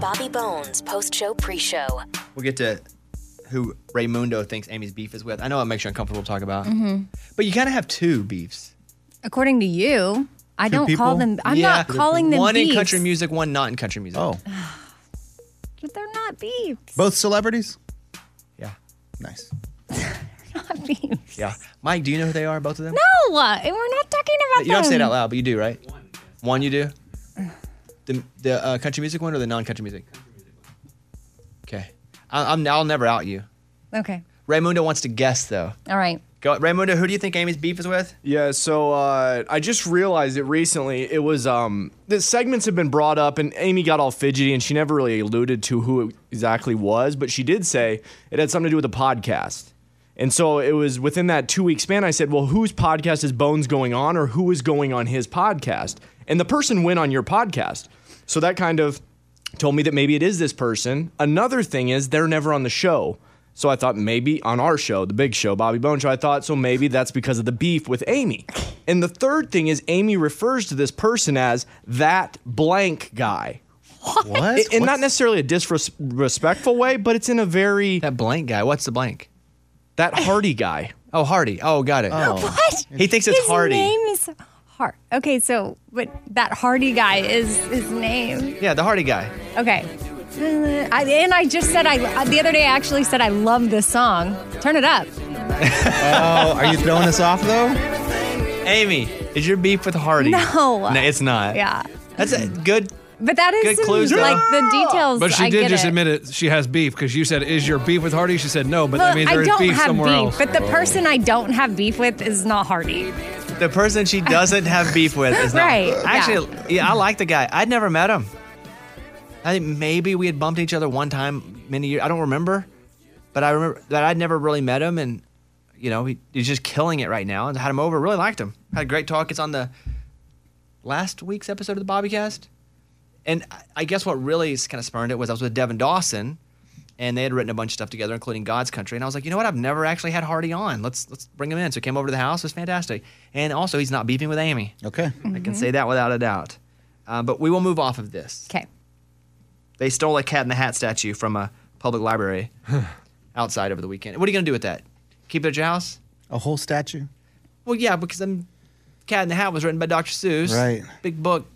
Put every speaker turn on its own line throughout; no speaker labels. Bobby Bones post show pre show.
We'll get to who Raymundo thinks Amy's beef is with. I know it makes you uncomfortable to talk about,
Mm-hmm.
but you kind of have two beefs.
According to you, I don't call them. I'm
Yeah.
not calling them
one
beefs.
in country music, one not in country music.
Oh,
But they're not beefs.
both celebrities.
yeah,
Nice.
Not beefs.
yeah. Mike, do you know who they are? Both of them?
No, and we're not talking about
You don't
them.
say it out loud, but you do, right? One. you do. The the uh, country music one or the non country music? Okay. I, I'm I'll never out you.
Okay.
Raymundo wants to guess though.
All right.
Go, Raymundo, who do you think Amy's beef is with?
Yeah, so uh, I just realized it recently. It was um, the segments have been brought up, and Amy got all fidgety, and she never really alluded to who it exactly was, but she did say it had something to do with a podcast. And so it was within that two week span. I said, "Well, whose podcast is Bones going on, or who is going on his podcast?" And the person went on your podcast, so that kind of told me that maybe it is this person. Another thing is they're never on the show. So I thought maybe on our show, the big show, Bobby Bone Show, I thought so maybe that's because of the beef with Amy. And the third thing is Amy refers to this person as that blank guy.
What?
And not
What's-
necessarily a disrespectful way, but it's in a very
That blank guy. What's the blank?
that hardy guy.
Oh, Hardy. Oh, got it.
What?
He thinks it's
his
Hardy.
name is Hart. Okay, so but that Hardy guy is his name.
Yeah, the Hardy guy.
Okay. I, and I just said I uh, the other day I actually said I love this song. Turn it up.
Oh, are you throwing us off though?
Amy, is your beef with Hardy?
No.
No, it's not.
Yeah.
That's a good.
But that is
Good
some,
clues, though.
like the details.
But she
I
did
get
just
it.
admit it. She has beef because you said, "Is your beef with Hardy?" She said, "No," but
Well,
I mean, there is
don't
beef
have
somewhere
beef,
else.
but the person I don't have beef with is not Hardy.
The person she doesn't have beef with is not.
Right, yeah.
Actually, yeah. I like the guy. I'd never met him. I think maybe we had bumped each other one time many years. I don't remember, but I remember that I'd never really met him, and you know he, he's just killing it right now. And I had him over. Really liked him. Had a great talk. It's on the last week's episode of the Bobbycast. And I- I guess what really kind of spurned it was I was with Devin Dawson, and they had written a bunch of stuff together, including God's Country. And I was like, you know what? I've never actually had Hardy on. Let's let's bring him in. So he came over to the house. It was fantastic. And also, he's not beefing with Amy.
Okay.
I can say that without a doubt. Uh, but we will move off of this.
Okay.
They stole a Cat in the Hat statue from a public library outside over the weekend. What are you going to do with that? Keep it at your house?
A whole statue.
Well, yeah, because I'm Cat in the Hat was written by Dr. Seuss.
Right.
Big book.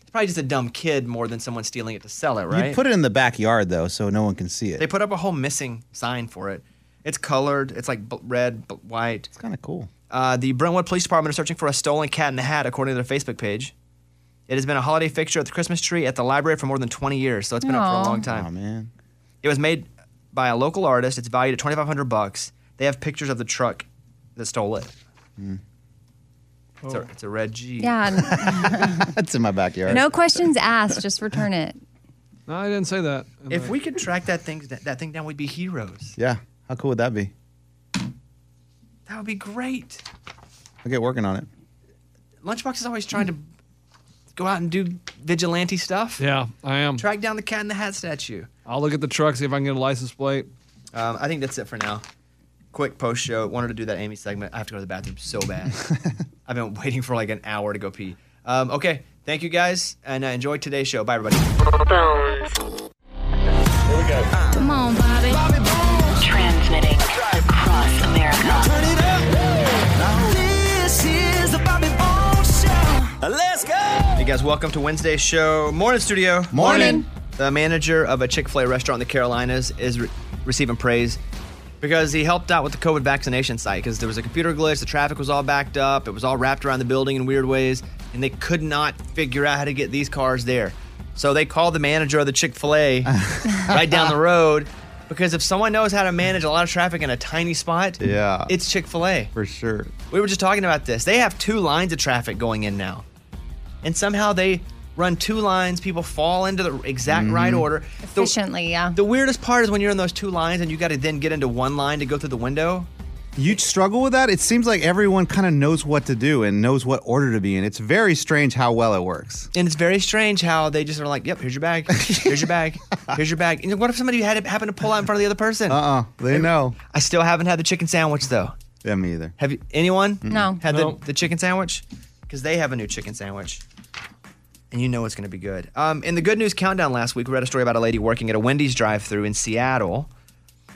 It's probably just a dumb kid more than someone stealing it to sell it, right?
You put it in the backyard though, so no one can see it.
they put up a whole missing sign for it. It's colored. It's like b- red, b- white.
it's kind of cool.
Uh, the Brentwood Police Department are searching for a stolen cat in the hat, according to their Facebook page. It has been a holiday fixture at the Christmas tree at the library for more than 20 years, so it's been up for
Aw.
a long time.
Oh man.
It was made by a local artist. It's valued at 2500 bucks. They have pictures of the truck that stole it. It's, a,
Oh.
it's a red G.
Yeah.
That's in my backyard.
No questions asked. Just return it.
no, I didn't say that.
If we could track that thing that, that thing down, we'd be heroes.
Yeah. How cool would that be?
That would be great.
I'll get working on it.
Lunchbox is always trying to go out and do vigilante stuff.
yeah, I am.
Track down the cat in the hat statue.
I'll look at the truck, see if I can get a license plate.
Uh,
Um, I think that's it for now. Quick post show. Wanted to do that Amy segment. I have to go to the bathroom so bad. I've been waiting for like an hour to go pee. Um, okay. Thank you guys and uh, enjoy today's show. Bye, everybody.
Bones.
Come on, Bobby.
Transmitting across America.
This is the Bobby Bones Show. Let's go.
Hey guys, welcome to Wednesday's show. Morning studio.
Morning.
The manager of a Chick Fil A restaurant in the Carolinas is re- receiving praise because he helped out with the COVID vaccination site because there was a computer glitch, the traffic was all backed up, it was all wrapped around the building in weird ways, and they could not figure out how to get these cars there. So they called the manager of the Chick Fil A right down the road because if someone knows how to manage a lot of traffic in a tiny spot,
Yeah.
it's Chick Fil A.
For sure.
We were just talking about this. They have two lines of traffic going in now. And somehow they run two lines, people fall into the exact right
Mm-hmm.
order. The-
Efficiently, yeah.
The, weirdest part is when you're in those two lines and you got to then get into one line to go through the window.
You struggle with that? It seems like everyone kind of knows what to do and knows what order to be in. It's very strange how well it works.
And it's very strange how they just are like, yep, here's your bag, here's your bag, here's your bag. And what if somebody had happened to pull out in front of the other person?
Uh-uh. They know.
I still haven't had the chicken sandwich though.
Yeah, me either.
Have you, anyone
No.
had
No.
the, the chicken sandwich? Because they have a new chicken sandwich. and you know it's going to be good. Um, in the good news countdown last week, we read a story about a lady working at a Wendy's drive-through in Seattle,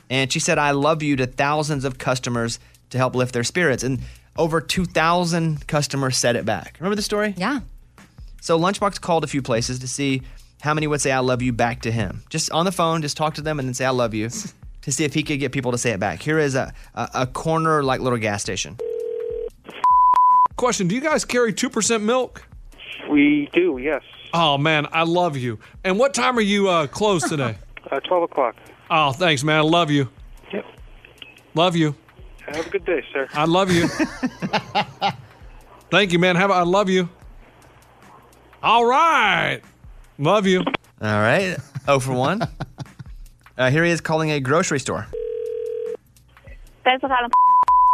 and she said, "I love you" to thousands of customers to help lift their spirits, and over two thousand customers said it back. Remember the story?
Yeah.
So Lunchbox called a few places to see how many would say "I love you" back to him, just on the phone. Just talk to them and then say "I love you," to see if he could get people to say it back. Here is a a, a corner like little gas station.
Question Do you guys carry 2% milk?
We do, yes.
Oh, man, I love you. And what time are you uh, closed today?
Uh, 12 o'clock.
oh, thanks, man. I love you.
Yep.
Love you.
Have a good day, sir.
I love you. Thank you, man. Have a, I love you. All right. Love you.
All right, oh for one. Uh, here he is calling a grocery store.
Thanks for calling.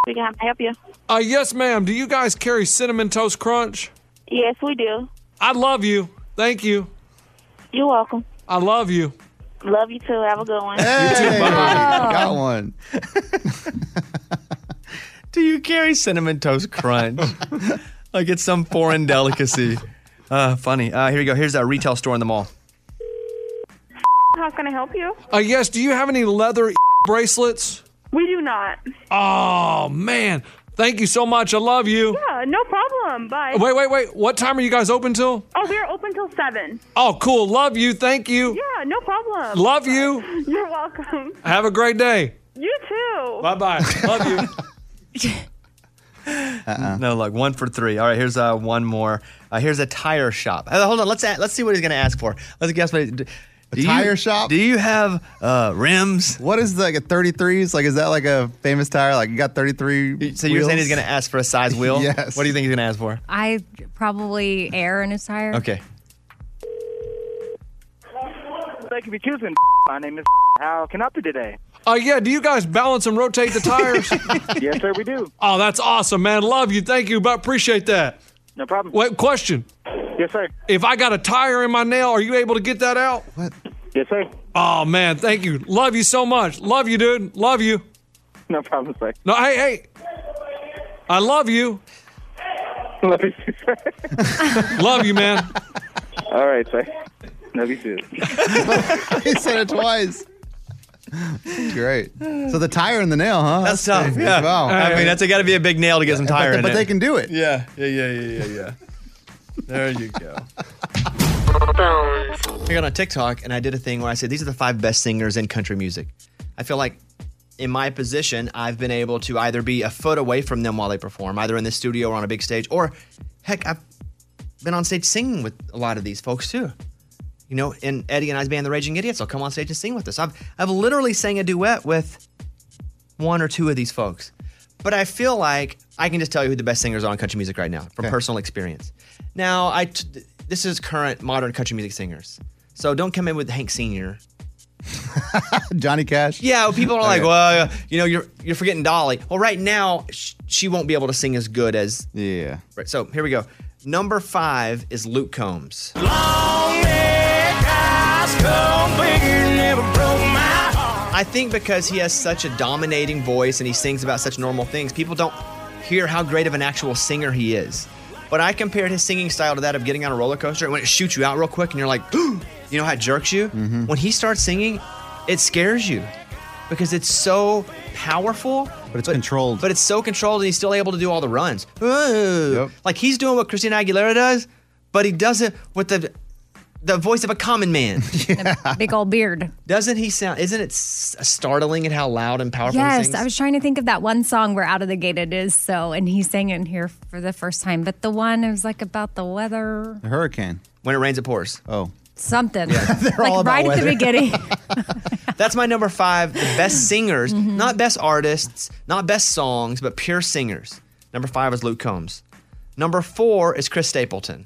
We can help you.
Uh, yes, ma'am. Do you guys carry cinnamon toast crunch?
Yes, we do.
I love you. Thank you.
You're welcome.
I love you.
Love you too. Have a good one.
Hey, got one.
Do you carry cinnamon toast crunch? like it's some foreign delicacy. Uh, funny. Uh, here you go. Here's a retail store in the mall.
How can I help you?
Uh, yes. Do you have any leather bracelets?
We do not.
Oh, man. Thank you so much. I love you.
Uh, no problem. Bye.
Wait, wait, wait. What time are you guys open till?
Oh, we're open till seven.
Oh, cool. Love you. Thank you.
Yeah, no problem.
Love you.
You're welcome.
Have a great day.
You too.
Bye bye. Love you.
Uh-uh.
No, like one for three. All right, here's uh, one more. Uh, here's a tire shop. Uh, hold on, let's a- let's see what he's gonna ask for. Let's guess what. he- Do, do you-
tire shop?
Do you have uh, rims?
What is like a 33s? Like, is that like a famous tire? Like, you got 33.
So you're saying he's gonna ask for a size wheel?
Yes.
What do you think he's gonna ask for?
I probably air in his tire.
Okay.
Thank you for choosing. My name is. How can I help you today?
Uh, yeah, do you guys balance and rotate the tires?
yes, sir, we do.
oh, that's awesome, man. Love you. Thank you. But appreciate that.
No problem.
Wait, question.
Yes, sir.
If I got a tire in my nail, are you able to get that out?
Yes, sir.
Oh, man. Thank you. Love you so much. Love you, dude. Love you.
No problem, sir.
No, hey, hey. I love you.
Love you, too, sir.
Love you, man.
All right, sir. Love you too.
he said it twice. Great. So the tire and the nail, huh?
That's tough.
pretty-
Yeah.
Wow.
I mean, that's got to be a big nail to get some tire
but,
in
but
it.
they can do it.
Yeah, yeah, yeah, yeah, yeah, yeah. there you go.
Bones.
I got on TikTok and I did a thing where I said, These are the five best singers in country music. I feel like in my position, I've been able to either be a foot away from them while they perform, either in the studio or on a big stage, or heck, I've been on stage singing with a lot of these folks too. You know, in Eddie and I's band, The Raging Idiots, I'll come on stage and sing with us. I've, I've literally sang a duet with one or two of these folks. But I feel like I can just tell you who the best singers are in country music right now from
Okay.
personal experience. Now, I t- this is current modern country music singers. So don't come in with Hank Sr.
Johnny Cash.
Yeah, well, people are like,
Okay.
well, uh, you know, you're you're forgetting Dolly. Well, right now sh- she won't be able to sing as good as.
Yeah.
Right, so here we go. Number five is Luke Combs.
Long neck eyes come bigger, never broke my heart.
I think because he has such a dominating voice and he sings about such normal things, people don't hear how great of an actual singer he is. But I compared his singing style to that of getting on a roller coaster and when it shoots you out real quick and you're like, you know how it jerks you? When he starts singing, it scares you because it's so powerful.
But it's controlled.
But it's so controlled and he's still able to do all the runs. Ooh.
Yep.
Like he's doing what Christina Aguilera does, but he does it with the the voice of a common man.
Big old beard.
Doesn't he sound? Isn't it s- uh, startling at how loud and powerful? he
Yes,
sings?
I was trying to think of that one song where Out of the Gate it is so, and he sang it in here for the first time. But the one it was like about the weather,
The hurricane.
When it rains, it pours.
Oh.
something. like
all about
right at
weather.
the beginning.
That's my number five. The best singers,
Mm-hmm.
not best artists, not best songs, but pure singers. Number five is Luke Combs. Number four is Chris Stapleton.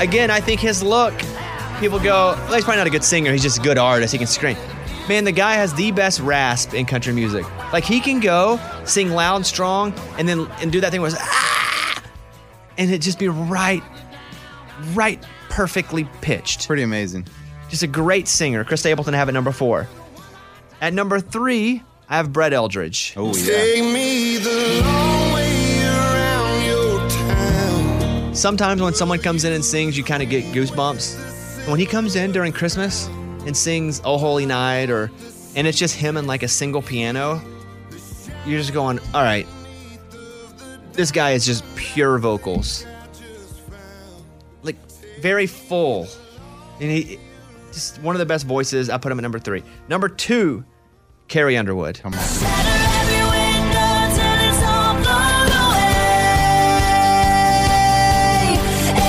Again, I think his look, people go, well, he's probably not a good singer. He's just a good artist. He can scream. Man, the guy has the best rasp in country music. Like he can go sing loud and strong, and then and do that thing where it's ah, and it just be right, right, perfectly pitched
Pretty amazing.
just a great singer. Chris Stapleton have at number four. At number three, I have Brett Eldridge.
Oh, yeah.
me the long way around your town.
sometimes when someone comes in and sings, you kind of get goosebumps. And when he comes in during Christmas and sings "Oh Holy Night" or, and it's just him and like a single piano, you're just going, all right, this guy is just pure vocals, like very full, and he just one of the best voices. I put him at number three. Number two, Carrie Underwood. Come on.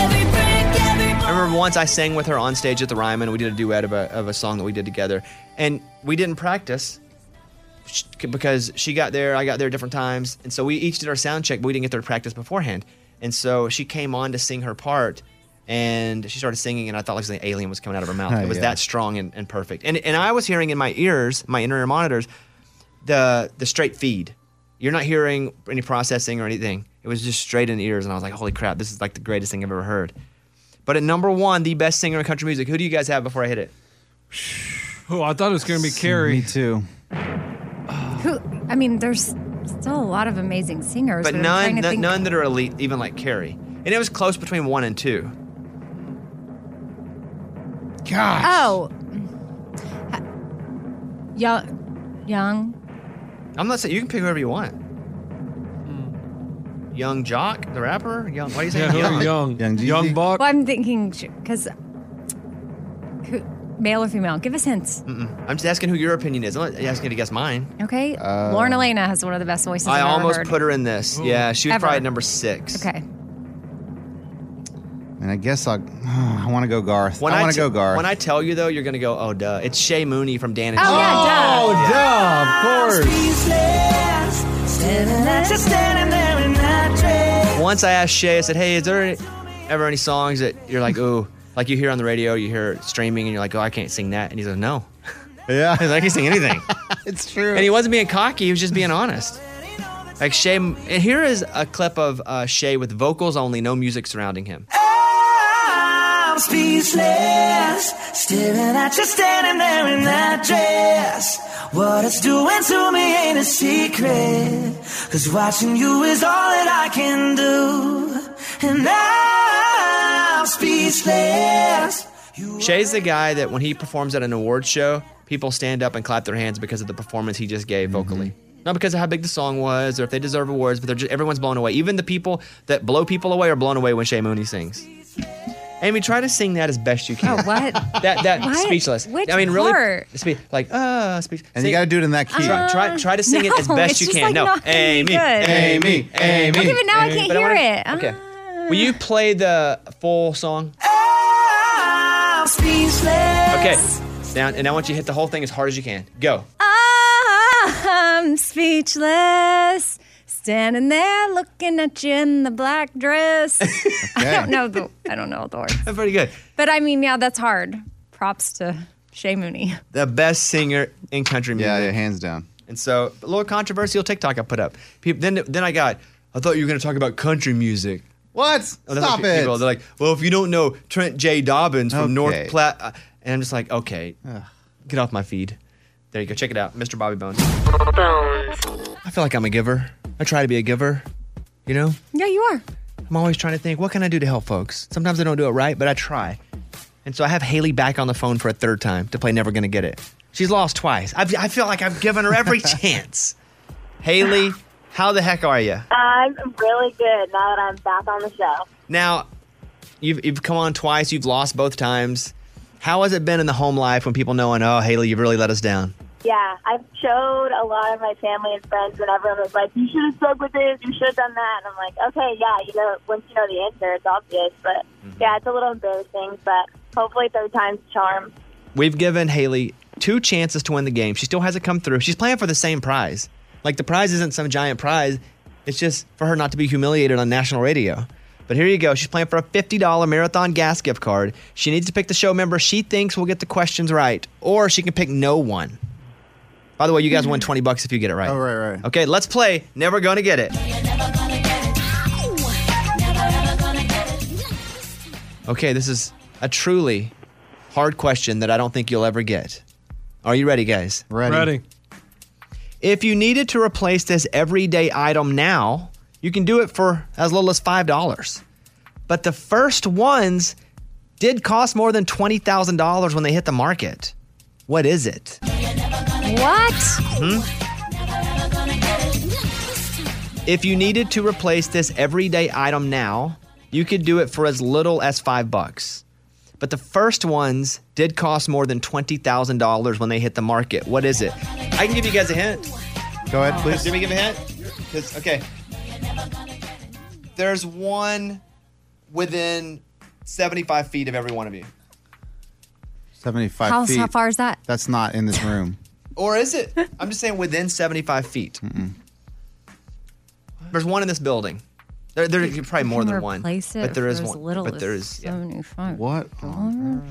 I remember once I sang with her on stage at the Ryman. We did a duet of a, of a song that we did together, and we didn't practice sh- because she got there, I got there different times, and so we each did our sound check, but we didn't get there to practice beforehand. And so she came on to sing her part, and she started singing, and I thought like an alien was coming out of her mouth. It was
Yeah.
that strong and, and perfect. And and I was hearing in my ears, my inner ear monitors, the the straight feed. You're not hearing any processing or anything. It was just straight in the ears, and I was like, "Holy crap! This is like the greatest thing I've ever heard." But at number one, the best singer in country music. Who do you guys have before I hit it?
Oh, I thought it was going to be Carrie. Me
too.
Who? I mean, there's still a lot of amazing singers,
But
I'm
none,
trying to
none,
think-
none that are elite, even like Carrie. And it was close between one and two.
God.
Oh, young, young.
I'm not saying you can pick whoever you want. Young Jock, the rapper. Young. Why do you say
Hmm. Yeah, who
young?
are young? Young, young
Well, I'm thinking because male or female. Give us hints.
Mm-mm. Mm. I'm just asking who your opinion is. I'm not asking you to guess mine.
Okay,
Uh,
Lauren Elena has one of the best voices.
I
I've ever
almost
heard.
put her in this. Yeah, she was
Ever.
probably at number six.
Okay,
And I guess I'll, I want to go Garth. I want to
te-
go Garth.
When I tell you though, you're gonna go, oh duh. It's Shay Mooney from Dan and
Oh,
Shay.
yeah, duh. Oh,
duh, of Once I asked Shay, I said, "Hey, is there any, ever any songs that you're like, ooh, like you hear on the radio, you hear it streaming, and you're like, oh, I can't sing that?" And he's like, "No."
Yeah,
he's like, I can sing anything.
it's true.
And he wasn't being cocky; he was just being honest. Like Shay, and here is a clip of uh, Shay with vocals only, no music surrounding him.
I'm speechless, staring at you standing there in that dress. What it's doing to me ain't a secret, cause watching you is all that I can do. And I'm speechless.
Shay's the guy that when he performs at an award show, people stand up and clap their hands because of the performance he just gave vocally. Not because of how big the song was or if they deserve awards, but they're just, everyone's blown away. Even the people that blow people away are blown away when Shay Mooney sings. Amy, try to sing that as best you can.
Oh, what?
That that
What?
speechless.
Which
I mean, really,
part? Uh,
spe- like uh, speech.
And you got to do it in that key.
Try, try, try to sing it as
no,
best
it's
you
just,
can.
like,
no,
not gonna be
Amy,
good.
Amy, Amy.
Okay, but now I can't
But
hear
wanna-
it. Uh,
Okay, will you play the full song?
I'm speechless.
Okay. Now, and I want you to hit the whole thing as hard as you can. Go.
I'm speechless, standing there looking at you in the black dress. I don't know the I don't know the words,
That's pretty good.
but I mean, yeah, that's hard. Props to Shay Mooney.
The best singer in country music. Yeah, yeah,
hands down.
And so, a little controversial TikTok I put up. People, then, then I got. I thought you were going to talk about country music.
What?
Oh, that's
Stop
what pe-
it.
people- They're like, well, if you don't know Trent J. Dobbins from North
Okay.
Platte, uh," and I'm just like, okay, get off my feed. There you go. Check it out, Mr. Bobby Bones. I feel like I'm a giver. I try to be a giver. You know,
Yeah, you are.
I'm always trying to think, what can I do to help folks? Sometimes I don't do it right, but I try. And so I have Haley back on the phone for a third time to play Never Gonna Get It. She's lost twice. I've, I feel like I've given her every chance. Haley, how the heck are you?
I'm really good now that I'm back on the show.
Now, you've, you've come on twice, you've lost both times. How has it been in the home life when people knowing, oh, Haley, you've really let us down?
Yeah, I've showed a lot of my family and friends, and everyone was like, "You should have stuck with this. You should have done that." And I'm like, "Okay, yeah, you know, once you know the answer, it's obvious." But
Mm-hmm.
yeah, it's a little embarrassing, but hopefully, third time's a charm.
We've given Haley two chances to win the game. She still hasn't come through. She's playing for the same prize. Like the prize isn't some giant prize. It's just for her not to be humiliated on national radio. But here you go. She's playing for a $50 marathon gas gift card. She needs to pick the show member she thinks will get the questions right, or she can pick no one. By the way, you guys won 20 bucks if you get it right. Oh, right, right. Okay, let's play Never Gonna Get It. Okay, this is a truly hard question that I don't think you'll ever get. Are you ready, guys?
Ready. Ready.
If you needed to replace this everyday item now, you can do it for as little as $5. But the first ones did cost more than $20,000 when they hit the market. What is it?
What?
Hmm? If you needed to replace this everyday item now, you could do it for as little as five bucks. But the first ones did cost more than $20,000 when they hit the market. What is it? I can give you guys a hint.
Go ahead, please.
Let me give a hint. 'Cause- okay. There's one within 75 feet of every one of you.
75
How-
feet.
how far is that?
That's not in this room.
Or is it? I'm just saying within 75 feet. There's one in this building. There, there are probably more than one.
Replace it
but there
for
is
as
one.
little
but there
as
is.
seventy-five.
What?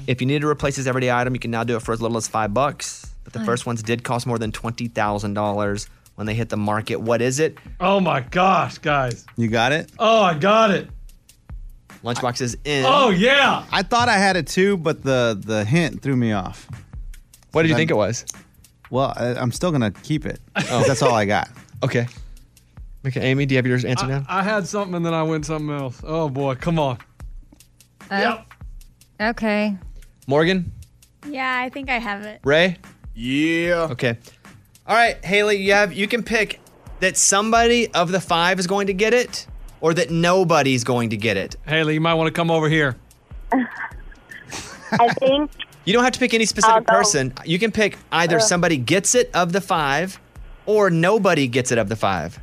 If you need to replace this everyday item, you can now do it for as little as five bucks. But the
Fine.
first ones did cost more than twenty thousand dollars when they hit the market. What is it?
Oh my gosh, guys.
You got it?
Oh, I got it.
Lunchbox is in.
Oh, yeah.
I thought I had it too, but the the hint threw me off.
What
did you think it
was? Oh.
Well, I, I'm still gonna keep it. 'cause That's all I got.
Okay. Okay, Amy, do you have yours answer
I, I had something and then I went something else. Oh boy, come on.
Yep. Oh. Okay.
Morgan,
Yeah, I think I have it.
Ray. Yeah. Okay. All right, Haley, you have you can pick that somebody of the five is going to get it, or that nobody's going to get it.
Haley, you might want to come over here.
I think
You don't have to pick any
I'll
specific
go.
person. You can pick either
Ugh.
somebody gets it of the five, or nobody gets it of the five.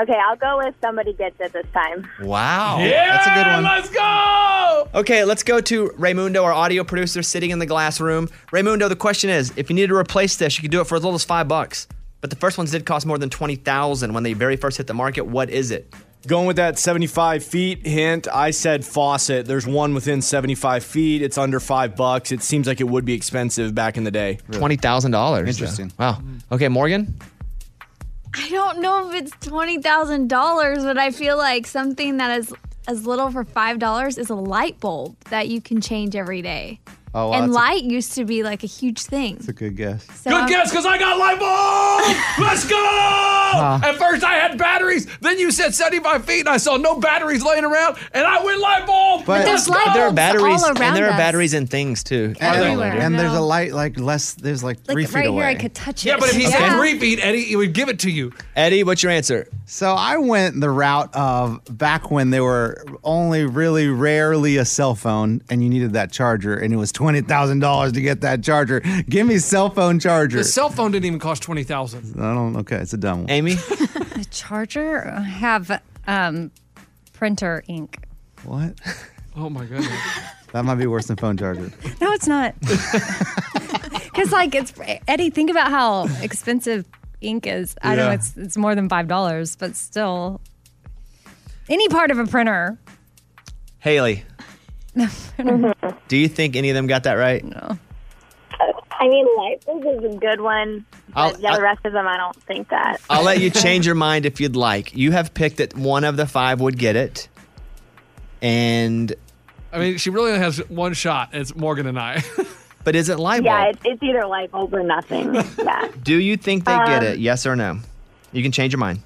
okay, I'll go with somebody gets it this time.
Wow.
Yeah,
That's a good one.
Let's go.
Okay, let's go to Raymundo, our audio producer, sitting in the glass room. Raymundo, the question is if you needed to replace this, you could do it for as little as five bucks. But the first ones did cost more than 20000 when they very first hit the market. What is it?
Going with that 75 feet hint, I said faucet. There's one within 75 feet. It's under five bucks. It seems like it would be expensive back in the day.
$20,000.
Interesting.
Wow. Okay, Morgan?
I don't know if it's twenty thousand dollars, but I feel like something that is as little for five dollars is a light bulb that you can change every day.
Oh, wow,
and
that's,
light used to be like a huge
a,
thing.
that's a good guess.
So
Good
I'm-
guess, because I got light bulb. Let's go. Oh!
Ah.
At first I had batteries, then you said 75 feet, and I saw no batteries laying around, and I went light bulb. Let's go.
there are batteries, and there are batteries in things too.
And,
Everywhere.
and there's
No.
a light like less. There's like three feet away.
touch
Yeah, but if he
Okay.
said three feet, Eddie, he would give it to you.
Eddie, what's your answer?
So I went the route of back when they were only really rarely a cell phone, and you needed that charger, and it was twenty thousand dollars to get that charger. Give me cell phone charger.
The cell phone didn't even cost twenty thousand.
I don't. Okay, it's a dumb one.
Amy,
The charger I have um, printer ink.
what?
Oh my goodness.
That might be worse than phone charger.
No, it's not. Because like it's Eddie. Think about how expensive ink is. I know
Yeah.
it's it's more than five dollars, but still, any part of a printer.
Haley, do you think any of them got that right?
No.
I mean, light bulb is a good one.
I'll-
But yeah, the rest of them, I don't think that.
I'll let you change your mind if you'd like. You have picked that one of the five would get it. And
I mean, she really only has one shot. and It's Morgan and I.
but is it light
Yeah,
bulb?
it, it's either light bulb or nothing. yeah.
Do you think they get
Um,
it? Yes or no? You can change your mind.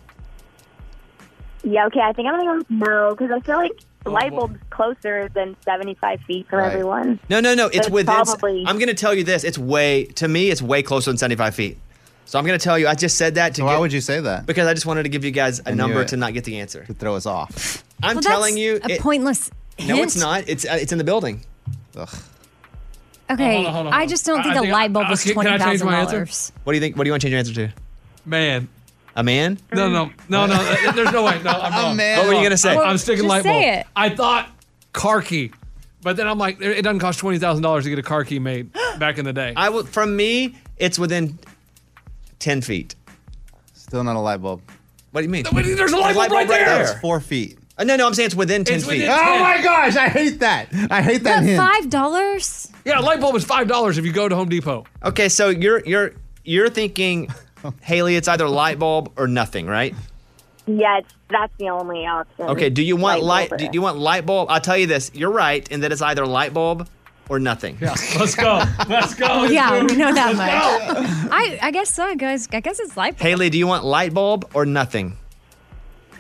Yeah, okay, I think I'm going to go with no because I feel like the light bulb's closer than 75 feet for
Oh, Right.
everyone.
No, no, no. It's
But
within.
probably-
I'm going to tell you this. It's way to me. It's way closer than 75 feet. So I'm going to tell you. I just said that to.
Why
get-
would you say that?
Because I just wanted to give you guys a
knew
number
it.
to not get the answer.
To throw us off.
I'm
Well, that's
telling you.
a
it-
pointless.
No,
hint.
it's not. It's uh, it's in the building.
Okay,
hold on, hold on,
I
hold
just
on.
don't think
I- I
a
think
light bulb
I-
was
I- can
twenty
I change
thousand
my answer?
dollars.
What do you think? What do you want to change your answer to?
Man.
A man?
No, no, no, no. uh, There's no way. No, I'm wrong.
Oh, man. What were you gonna say?
I'm, I'm
Well,
sticking
just
light bulb.
say it.
I thought car key, but then I'm like, it it doesn't cost twenty thousand dollars to get a car key made back in the day.
I will. From me, it's within ten feet.
Still not a light bulb.
What do you mean?
There's a light bulb right
That
there.
was four feet.
Uh, no, no, I'm saying it's within ten
It's
feet.
within Oh 10. my
gosh, I hate that. I hate
that hint.
Five dollars?
Yeah, a light bulb is five dollars if you go to Home Depot.
Okay, so you're you're you're thinking, Haley, it's either light bulb or nothing, right?
Yeah, it's, that's the only option.
Okay. Do you want light?
bulb or
do you want light bulb? I'll tell you this. You're right, in that it's either light bulb or nothing.
Yeah. Let's go. Let's
Oh,
go.
Yeah, we know that much. I I guess so, guys. I guess it's light bulb.
Haley, do you want light bulb or nothing?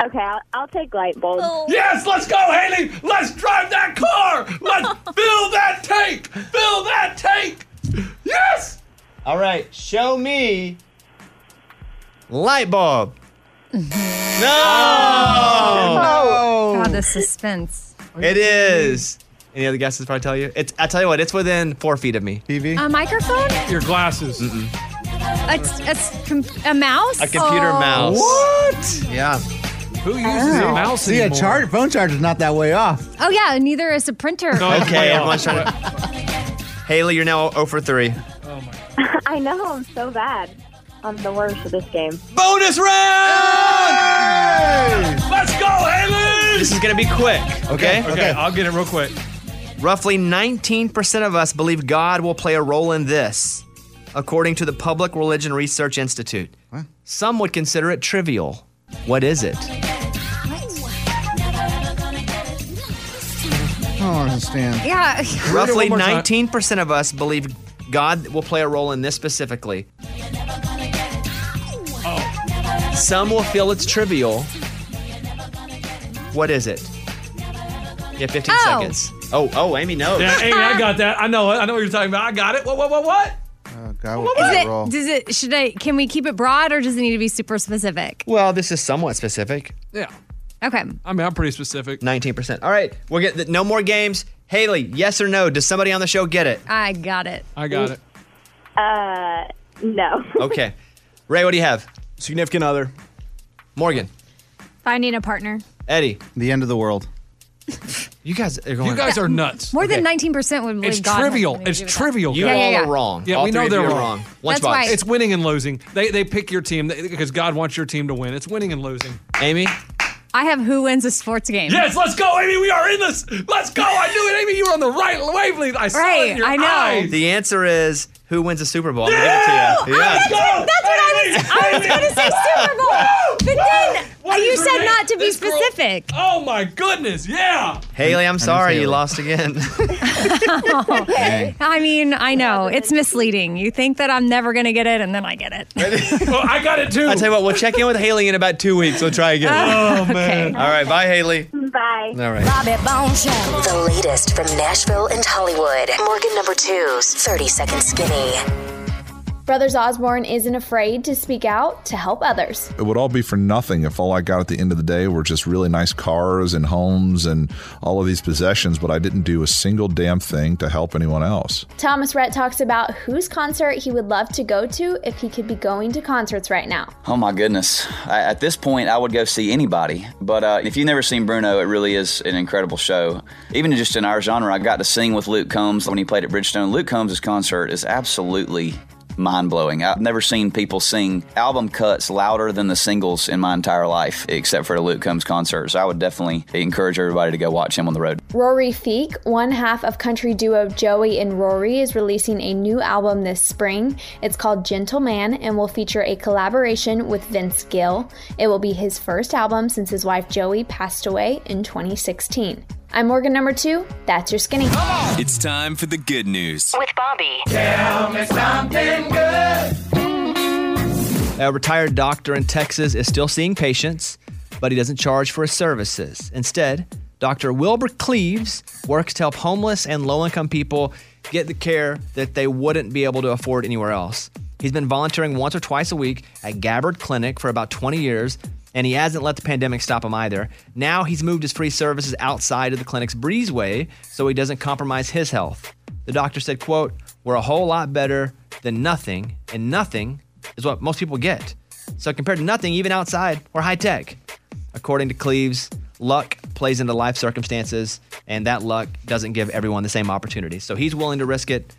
Okay, I'll, I'll take light bulbs.
Yes, let's go, Haley. Let's drive that car. Let's fill that tank. Fill that tank. Yes.
All right, show me light bulb. no!
Oh. God, the suspense.
It is. Any other guesses? Probably tell you. It's. I tell you what. It's within four feet of me. TV.
A microphone?
Your glasses.
A, a s- com- a mouse? Oh.
A computer mouse.
What?
Yeah.
Who
uses a mouse
See,
anymore?
a char- phone charger's not that way off.
Oh, yeah, neither is a printer.
okay, everyone's trying to. Haley, you're now 0 for 3.
I know, I'm so bad. I'm the worst at this game.
Bonus round!
Let's go, Haley!
This is going to be quick, okay?
Okay, I'll get it real quick.
Roughly 19% of us believe God will play a role in this, according to the Public Religion Research Institute. Some would consider it trivial. What is it?
I don't understand.
Yeah.
Roughly 19% of us believe God will play a role in this specifically. Some will feel it's trivial. What is it? Yeah, 15
Oh.
seconds. Oh, oh, Amy knows.
Yeah, Amy, I got that. I know it. I know what you're talking about. I got it. What, what, what, what?
Oh,
Is it, does it, should I, can we keep it broad or does it need to be super specific?
Well, this is somewhat specific.
Yeah.
Okay.
I mean, I'm pretty specific.
19%. All right, we'll get no more games. Haley, yes or no? Does somebody on the show get it?
I got it.
I got it.
Uh, no.
Okay. Ray, what do you have? Significant other. Morgan,
Finding a partner.
Eddie.
The end of the world.
you guys are
You guys are nuts.
More than 19% would believe
It's
God has
trivial.
something to
It's
do with
trivial.
You Yeah, yeah, all yeah. are
wrong.
Yeah,
All
we
three
know
of
they're
you are
wrong.
wrong. Lunchbox. That's right.
It's winning and losing. They they pick your team because God wants your team to win. It's winning and losing.
Amy.
that. I have who wins a sports game.
Yes, let's go, Amy. We are in this. Let's go. I knew it, Amy. You were on the right wavelength. I saw it in your eyes.
The answer is who wins the Super Bowl? I'm gonna give it to you.
Yeah!
Yeah.
That's what I was, I was going to say Super Bowl. But then
What
you
is her
said
name?
not to be
This girl-
specific.
Oh my goodness! Yeah.
Haley, I'm
name's
sorry you
Haley.
lost again.
I mean, I know. It's misleading. You think that I'm never going to get it and then I get it.
I got it too.
I tell you what, we'll check in with Haley in about two weeks. We'll try again.
Oh, okay. man.
All right, bye, Haley.
Bye.
All right.
Bobby Bone Show. The latest from Nashville and Hollywood. Morgan number two's 30 Second Skinny.
Brothers Osborne isn't afraid to speak out to help others.
It would all be for nothing if all I got at the end of the day were just really nice cars and homes and all of these possessions, but I didn't do a single damn thing to help anyone else.
Thomas Rhett talks about whose concert he would love to go to if he could be going to concerts right now.
Oh my goodness. I, at this point, I would go see anybody. But uh, if you've never seen Bruno, it really is an incredible show. Even just in our genre, I got to sing with Luke Combs when he played at Bridgestone. Luke Combs' concert is absolutely mind blowing. I've never seen people sing album cuts louder than the singles in my entire life, except for the Luke Combs concert. So I would definitely encourage everybody to go watch him on the road.
Rory Feek, one half of country duo Joey and Rory, is releasing a new album this spring. It's called Gentleman and will feature a collaboration with Vince Gill. It will be his first album since his wife Joey passed away in 2016. I'm Morgan number two. That's your skinny.
It's time for the good news.
With Bobby.
Tell me something good.
A retired doctor in Texas is still seeing patients, but he doesn't charge for his services. Instead, Dr. Wilbur Cleves works to help homeless and low income people get the care that they wouldn't be able to afford anywhere else. He's been volunteering once or twice a week at Gabbard Clinic for about 20 years, and he hasn't let the pandemic stop him either. Now he's moved his free services outside of the clinic's breezeway so he doesn't compromise his health. The doctor said, quote, we're a whole lot better than nothing, and nothing is what most people get. So compared to nothing, even outside, we're high tech. According to Cleves, luck plays into life circumstances, and that luck doesn't give everyone the same opportunity. So he's willing to risk it,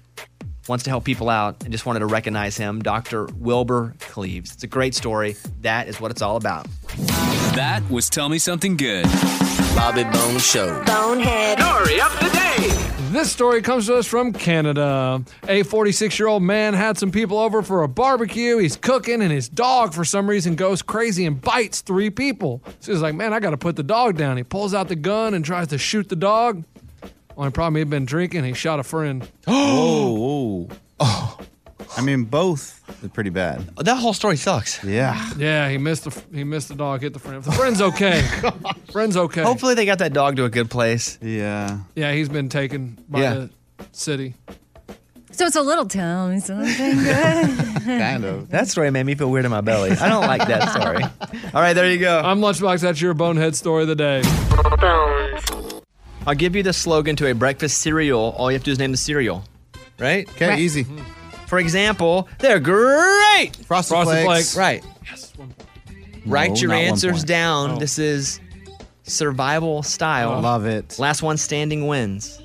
wants to help people out, and just wanted to recognize him, Dr. Wilbur Cleves. It's a great story. That is what it's all about.
That was Tell Me Something Good. Bobby Bone Show.
Bonehead.
Story of the day.
This story comes to us from Canada. A 46 year old man had some people over for a barbecue. He's cooking, and his dog, for some reason, goes crazy and bites three people. So he's like, Man, I got to put the dog down. He pulls out the gun and tries to shoot the dog. Only problem, he'd been drinking. He shot a friend.
oh, oh. I mean, both. pretty bad.
That whole story sucks.
Yeah.
Yeah, he missed the he missed the dog, hit the friend. The friend's okay. friend's okay.
Hopefully they got that dog to a good place.
Yeah.
Yeah, he's been taken by
Yeah.
the city.
So it's a little tell me something good.
of.
That story made me feel weird in my belly. I don't like that story. All right, there you go.
I'm Lunchbox. That's your bonehead story of the day.
I'll give you the slogan to a breakfast cereal. All you have to do is name the cereal, right?
Okay, Right. easy.
For example, they're great.
Frosted Frosted Flakes. Flakes.
Right. Write
No,
your
not one
answers
point.
down.
Oh.
This is survival style.
Oh. Love it.
Last one standing wins.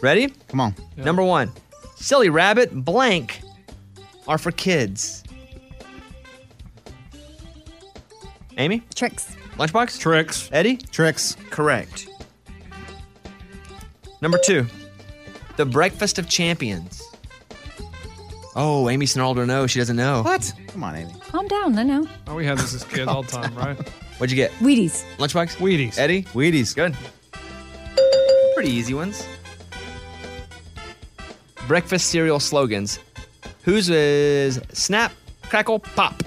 Ready?
Come on.
Number one, silly rabbit blank are for kids. Amy?
Tricks.
Lunchbox?
Tricks.
Eddie?
Tricks.
Correct. Number two, the breakfast of champions. Oh, Amy snarled her nose. She doesn't know.
What? Come on, Amy.
Calm down. I know.
Oh, we had this as kids all the time, right?
What'd you get?
Wheaties.
Lunchbox?
Wheaties.
Eddie?
Wheaties.
Good. Pretty easy ones. Breakfast cereal slogans. Whose is Snap, Crackle, Pop?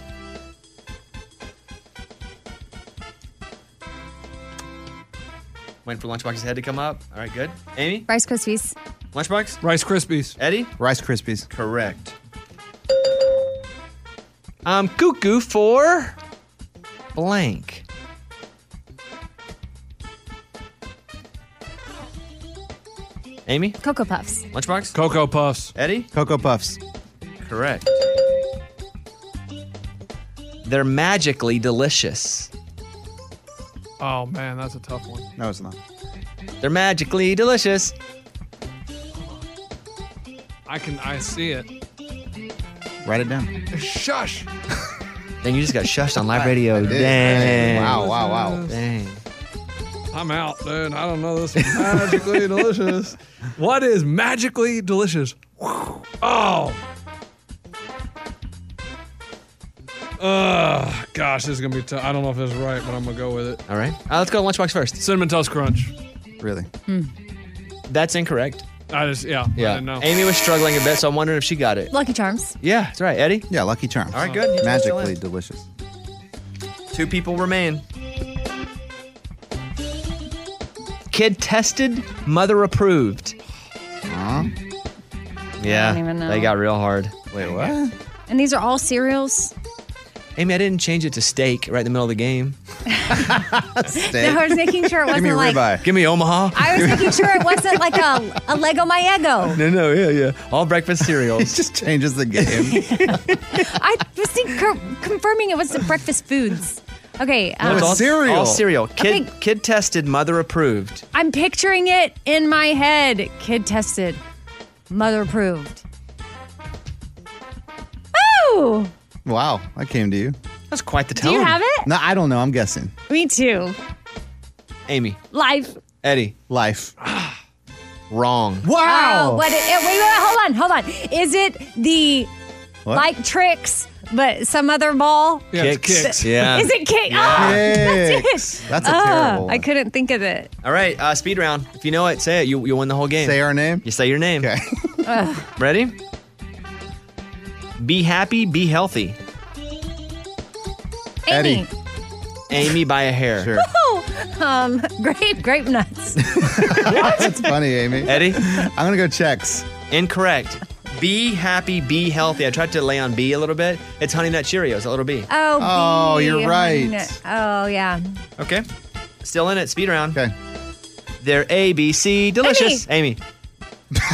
Waiting for Lunchbox's head to come up. All right, good. Amy?
Rice Krispies.
Lunchbox?
Rice Krispies.
Eddie?
Rice Krispies.
Correct. I'm Um, cuckoo for blank. Amy?
Cocoa Puffs.
Lunchbox?
Cocoa Puffs.
Eddie?
Cocoa Puffs.
Correct. They're magically delicious.
Oh man, that's a tough one.
No, it's not.
They're magically delicious.
I can I see it.
Write it down.
Shush.
Dang, you just got shushed on live radio.
did.
Dang.
Wow, wow, wow.
Dang.
I'm out, dude. I don't know this is magically delicious. What is magically delicious? Whew. Oh. Ugh, gosh, this is gonna be tough. I don't know if this is right, but I'm gonna go with it.
All right. Uh, let's go Lunchbox first.
Cinnamon Toast Crunch.
Really?
That's incorrect.
I just, yeah. I
Yeah.
didn't know.
Amy was struggling a bit, so I'm wondering if she got it.
Lucky Charms.
Yeah, that's right. Eddie?
Yeah, Lucky Charms.
All right, good. You two still
Magically
in.
delicious.
Two people remain. Kid tested, mother approved.
Huh?
Yeah.
I don't even know.
They got real hard.
Wait,
And these are all cereals.
Amy, I didn't change it to steak right in the middle of the game.
No, I was making sure it wasn't like.
Give me Omaha.
I was making sure it wasn't like a, a Lego My Ego.
No, no, yeah, yeah. All breakfast cereals.
just changes the game.
I was think, co- confirming it was the breakfast foods. Okay. um,
No, it's all
cereal.
All cereal. Kid, kid tested, mother approved.
I'm picturing it in my head. Kid tested, mother approved. Oh,
wow, that came to you.
That's quite the
do you have it?
No, I don't know. I'm guessing.
Me too.
Amy,
Life.
Eddie,
life.
Wrong.
Oh, what? It, it- wait, wait, wait, hold on, hold on. Is it the
What?
like tricks, but some other ball?
Yeah, it's Kicks. kicks. Yeah.
Is it kick?
Yeah.
Ah, that's
Kicks.
it.
That's a
Ah,
terrible one.
I couldn't think of it.
All right, uh, speed round. If you know it, say it. You, you win the whole game.
Say our name.
You say your name.
Okay.
Ugh.
Ready? Be happy, be healthy.
Amy.
Amy by a hair. Sure.
Oh, um, grape, grape nuts.
That's funny, Amy.
Eddie?
I'm gonna go checks.
Incorrect. Be happy, be healthy. I tried to lay on B a little bit. It's Honey Nut Cheerios, a little B.
Oh,
Oh,
bee.
you're right.
Oh, yeah.
Okay. Still in it. Speed round.
Okay.
They're A, B, C. Delicious. Amy.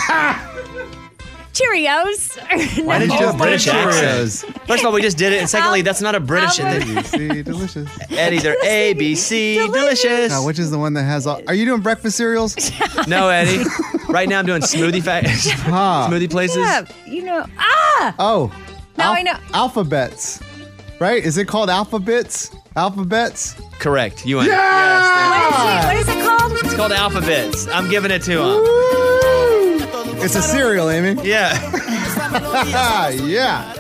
Cheerios.
Why did you do a British accent?
Cheerios.
First of all, we just did it. And secondly, that's not a British. And
A, B, C, delicious.
then- Eddie, they're A, B, C. Delicious.
Now, which is the one that has all? Are you doing breakfast cereals?
No, Eddie. Right now, I'm doing smoothie facts.
Huh.
smoothie places.
Yeah, you know. Ah!
Oh.
Now I know.
Alphabets, right? Is it called alphabets? Alphabets.
Correct. You win.
What is it called?
It's called alphabets. I'm giving it to him.
It's a cereal, Amy.
Yeah.
yeah.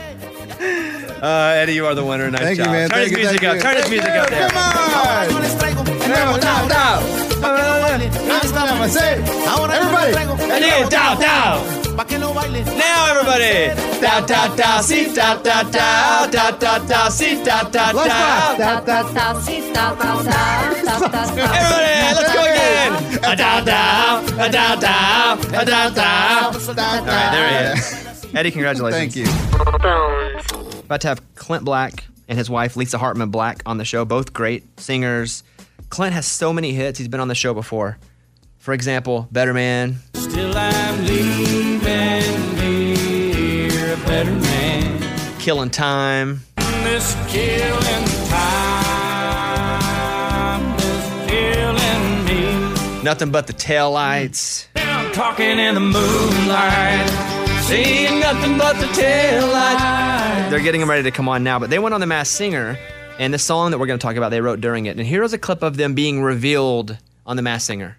Uh, Eddie, you are the winner. Nice
Thank you,
job.
man.
Turn
Thank
his
you,
music
thank
up.
you.
Turn his music up there.
Come on. No, no, no.
Down.
I'm gonna say, Everybody.
Eddie, down, down. Now everybody. Da da da si da da da da da da si da da
Let's
da.
rock.
Da, da, da. Everybody, let's go again. Da da da da da da da da. All right, there he is. Eddie, congratulations. Thank you. About to have Clint Black and his wife Lisa Hartman Black on the show. Both great singers. Clint has so many hits. He's been on the show before. For example, Better Man,
Still I'm leaving here a better man.
Killing Time.
This killing time is killing me.
Nothing but the taillights.
I'm talking in the moonlight, seeing nothing but the taillight.
They're getting them ready to come on now, but they went on The Masked Singer, and the song that we're going to talk about, they wrote during it. And here's a clip of them being revealed on The Masked Singer.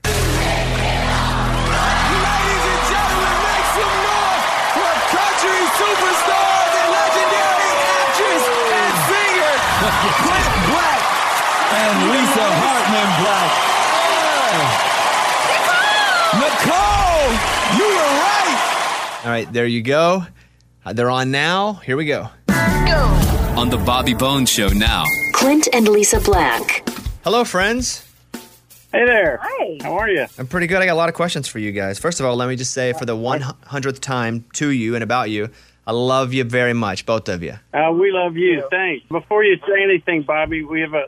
Country superstars and legendary actress and singer Clint Black and Lisa Hartman Black. Nicole, you were right.
All right, there you go. Uh, They're on now. Here we go.
On the Bobby Bones Show now.
Clint and Lisa Black. Hello, friends. Hey there.
Hi.
How are you? I'm pretty good. I got a lot of questions for you guys. First of all, let me just say for the 100th time to you and about you, I love you very much, both of you.
Uh, we love you. Thanks. Before you say anything, Bobby, we have a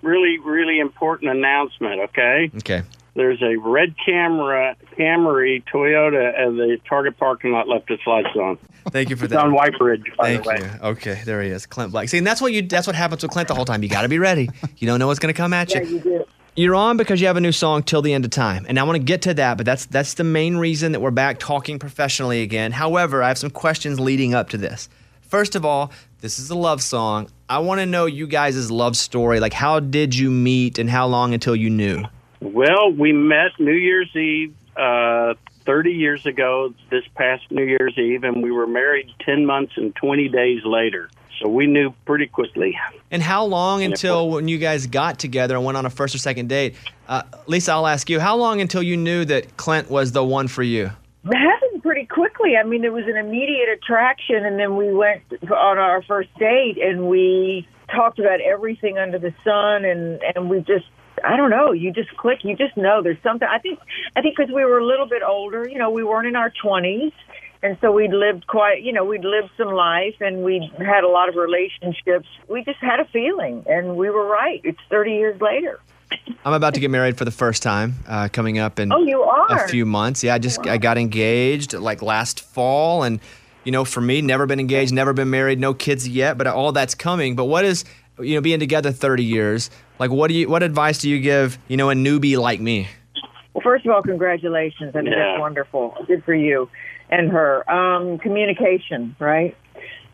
really, really important announcement. Okay.
Okay.
There's a red camera Camry Toyota at the Target parking lot left its lights on.
Thank you for
It's
that.
on White Bridge, by
Thank
the way.
you. Okay, there he is, Clint Black. See, and that's what you—that's what happens with Clint the whole time. You got to be ready. You don't know what's going to come at you. You're on because you have a new song till the end of time, and I want to get to that. But that's that's the main reason that we're back talking professionally again. However, I have some questions leading up to this. First of all, this is a love song. I want to know you guys' love story. Like, how did you meet, and how long until you knew?
Well, we met New Year's Eve uh, 30 years ago, this past New Year's Eve, and we were married 10 months and 20 days later. So we knew pretty quickly.
And how long until when you guys got together and went on a first or second date? Uh, Lisa, I'll ask you. How long until you knew that Clint was the one for you?
It happened pretty quickly. I mean, it was an immediate attraction, and then we went on our first date, and we talked about everything under the sun, and and we just. I don't know. You just click. You just know there's something. I think. I think because we were a little bit older, you know, we weren't in our twenties, and so we'd lived quite. You know, we'd lived some life, and we'd had a lot of relationships. We just had a feeling, and we were right. It's 30 years later.
I'm about to get married for the first time, uh, coming up in
Oh, you are?
a few months. Yeah, I just I got engaged like last fall, and you know, for me, never been engaged, never been married, no kids yet, but all that's coming. But what is you know being together 30 years? Like, what do you what advice do you give you know a newbie like me?
Well, first of all, congratulations. I mean,
Yeah.
that's wonderful. Good for you and her. Um, communication, right?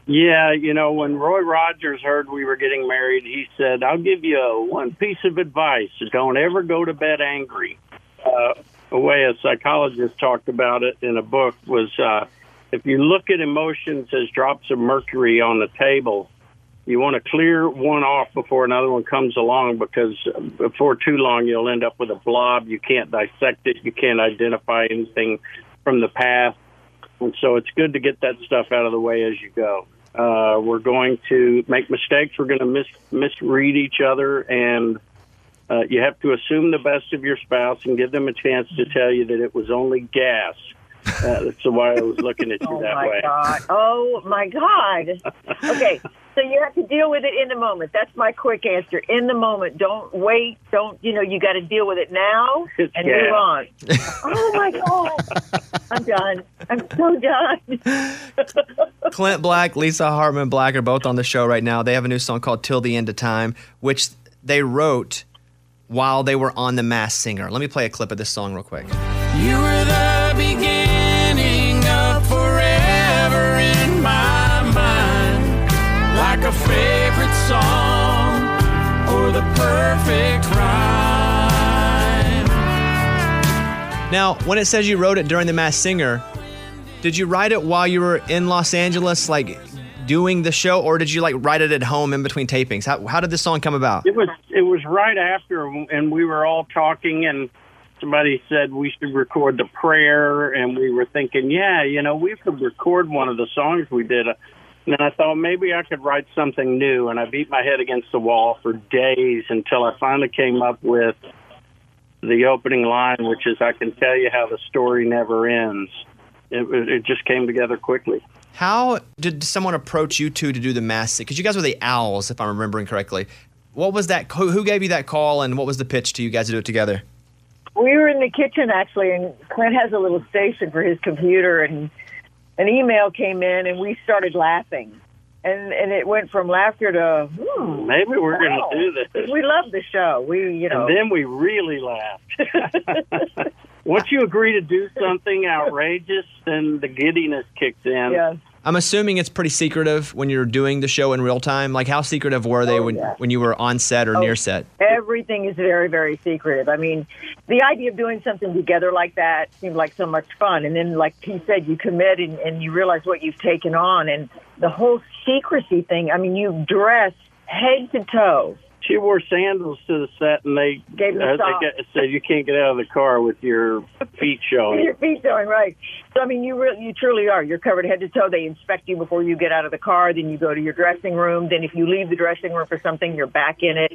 Yeah, you know, when Roy Rogers heard we were getting married, he said, I'll give you a, one piece of advice. Don't ever go to bed angry. Uh, a way a psychologist talked about it in a book was uh, if you look at emotions as drops of mercury on the table, you want to clear one off before another one comes along because before too long you'll end up with a blob. You can't dissect it, you can't identify anything from the past. And so it's good to get that stuff out of the way as you go. Uh, we're going to make mistakes. We're going to mis- misread each other, and uh, you have to assume the best of your spouse and give them a chance to tell you that it was only gas. Uh, that's why I was looking at you
Oh
that
my
way.
God. Oh my God. Okay. So you have to deal with it in the moment. That's my quick answer. In the moment. Don't wait. Don't, you know, you got to deal with it now and
Yeah.
move on. Oh my God. I'm done. I'm so done.
Clint Black, Lisa Hartman Black are both on the show right now. They have a new song called Till the End of Time, which they wrote while they were on The Masked Singer. Let me play a clip of this song real quick.
You were the beginning of forever in my mind, like a favorite song or the perfect rhyme.
Now, when it says you wrote it during The Masked Singer, did you write it while you were in Los Angeles, like doing the show, or did you like write it at home in between tapings? How, how did this song come about?
It was it was right after, and we were all talking, and somebody said we should record the prayer, and we were thinking, yeah, you know, we could record one of the songs we did. And I thought maybe I could write something new, and I beat my head against the wall for days until I finally came up with the opening line, which is, "I can tell you how the story never ends." It, it just came together quickly.
How did someone approach you two to do the mass? Because you guys were the owls, if I'm remembering correctly. What was that? Who, who gave you that call, and what was the pitch to you guys to do it together?
we were in the kitchen actually, and Clint has a little station for his computer, and an email came in, and we started laughing, and and it went from laughter to hmm,
Maybe we're going
wow.
to do this.
We love the show. We you know
And then we really laughed. Once you agree to do something outrageous, then the giddiness kicks in.
I'm assuming it's pretty secretive when you're doing the show in real time. Like, how secretive were they when, when you were on set or near set?
Oh, Everything is very, very secretive. I mean, the idea of doing something together like that seemed like so much fun. And then, like he said, you commit and, and you realize what you've taken on. And the whole secrecy thing, I mean, you dress head to toe.
She wore sandals to the set, and they
Gave me
uh,
socks.
they got- said you can't get out of the car with your feet showing.
Your feet showing, right. So, I mean, you really, you truly are. You're covered head to toe. They inspect you before you get out of the car. Then you go to your dressing room. Then if you leave the dressing room for something, you're back in it.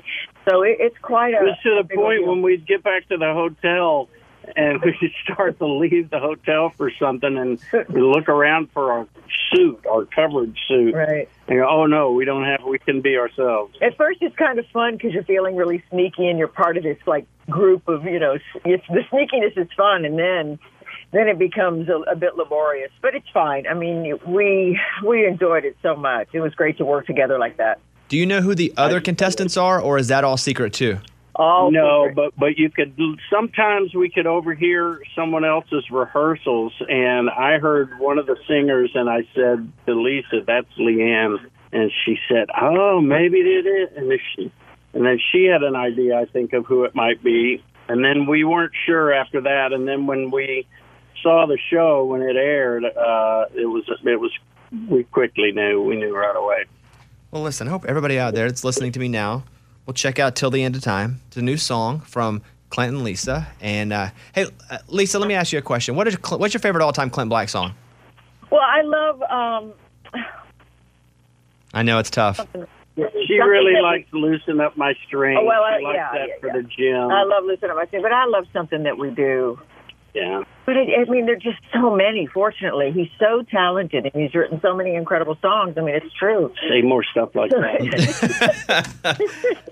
So it, it's quite a.
It was to
a
the
big
point
ordeal.
when we'd get back to the hotel and we'd start to leave the hotel for something and we look around for our suit, our covered suit.
Right.
And go, oh no, we don't have, we can be ourselves.
At first, it's kind of fun because you're feeling really sneaky and you're part of this like group of you know. s- It's, the sneakiness is fun, and then then it becomes a, a bit laborious, but it's fine. I mean, we we enjoyed it so much. It was great to work together like that.
Do you know who the other contestants are, or is that all secret too?
Oh
no, but but you could sometimes we could overhear someone else's rehearsals, and I heard one of the singers, and I said to Lisa, "That's Leanne," and she said, "Oh, maybe it is," and then she and then she had an idea, I think, of who it might be, and then we weren't sure after that, and then when we saw the show when it aired, uh, it was it was we quickly knew we knew right away.
Well, listen, I hope everybody out there that's listening to me now will check out Till the End of Time. It's a new song from Clint and Lisa. And uh, hey, uh, Lisa, let me ask you a question. What is Cl- what's your favorite all time Clint Black song?
Well, I love um,
I know it's tough.
She really likes loosen up my string.
Oh, well,
she
uh,
likes
yeah,
that
yeah,
for the gym.
I love listening to my thing, but I love something that we do.
Yeah.
But it, I mean, there's just so many. Fortunately, he's so talented, and he's written so many incredible songs. I mean, it's true.
Say more stuff like that.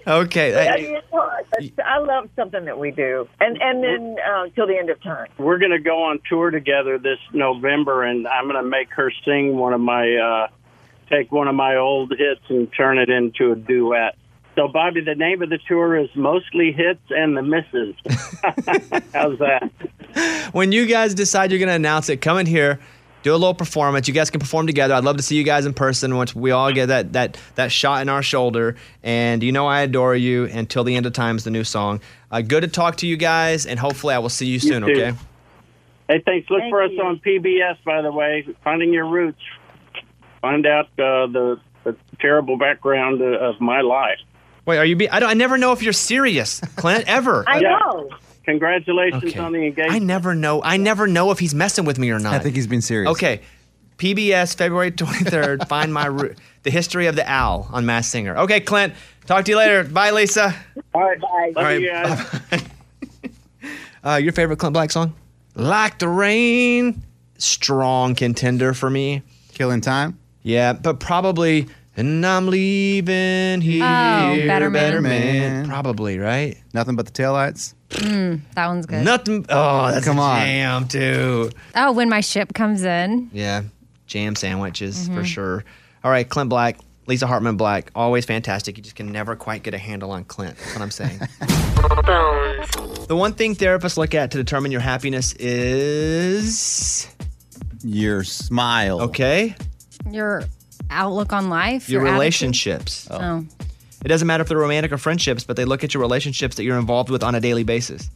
Okay.
But, I,
hey,
mean, it's hard. That's- I love something that we do, and and then uh, till the end of time.
We're going to go on tour together this November, and I'm going to make her sing one of my, uh, take one of my old hits and turn it into a duet. So, Bobby, the name of the tour is Mostly Hits and the Misses. How's that?
when you guys decide you're going to announce it, come in here, do a little performance. You guys can perform together. I'd love to see you guys in person once we all get that that that shot in our shoulder. And you know I adore you. Until the end of time is the new song. Uh, good to talk to you guys, and hopefully I will see you soon.
too.
Okay.
Hey, thanks. Look
Thank
for us
you.
on PBS, by the way. Finding Your Roots. Find out uh, the, the terrible background uh, of my life.
Wait, are you? Be- I don't. I never know if you're serious, Clint. Ever.
Yeah. Congratulations
Okay.
on the engagement.
I never know. I never know if he's messing with me or not. I think
he's being serious.
Okay. PBS, February 23rd. find my Ro- the history of the owl on Mass Singer. Okay, Clint. Talk to you later. Bye, Lisa.
All right, bye.
All right, Uh, your favorite Clint Black song? Like the Rain. Strong contender for me.
Killing Time?
Yeah, but probably. And I'm leaving here.
Oh, Better Man.
Probably, right?
Nothing but the taillights.
Mm, that one's good.
Nothing. Oh, that's
Come
a
on.
jam, too.
Oh, when my ship comes in.
Yeah, jam sandwiches for
Mhm.
sure. All right, Clint Black, Lisa Hartman Black, always fantastic. You just can never quite get a handle on Clint. That's what I'm saying. the one thing therapists look at to determine your happiness is
your smile.
Okay,
Your outlook on life.
your,
attitude.
relationships.
Oh.
It doesn't matter if they're romantic or friendships, but they look at your relationships that you're involved with on a daily basis.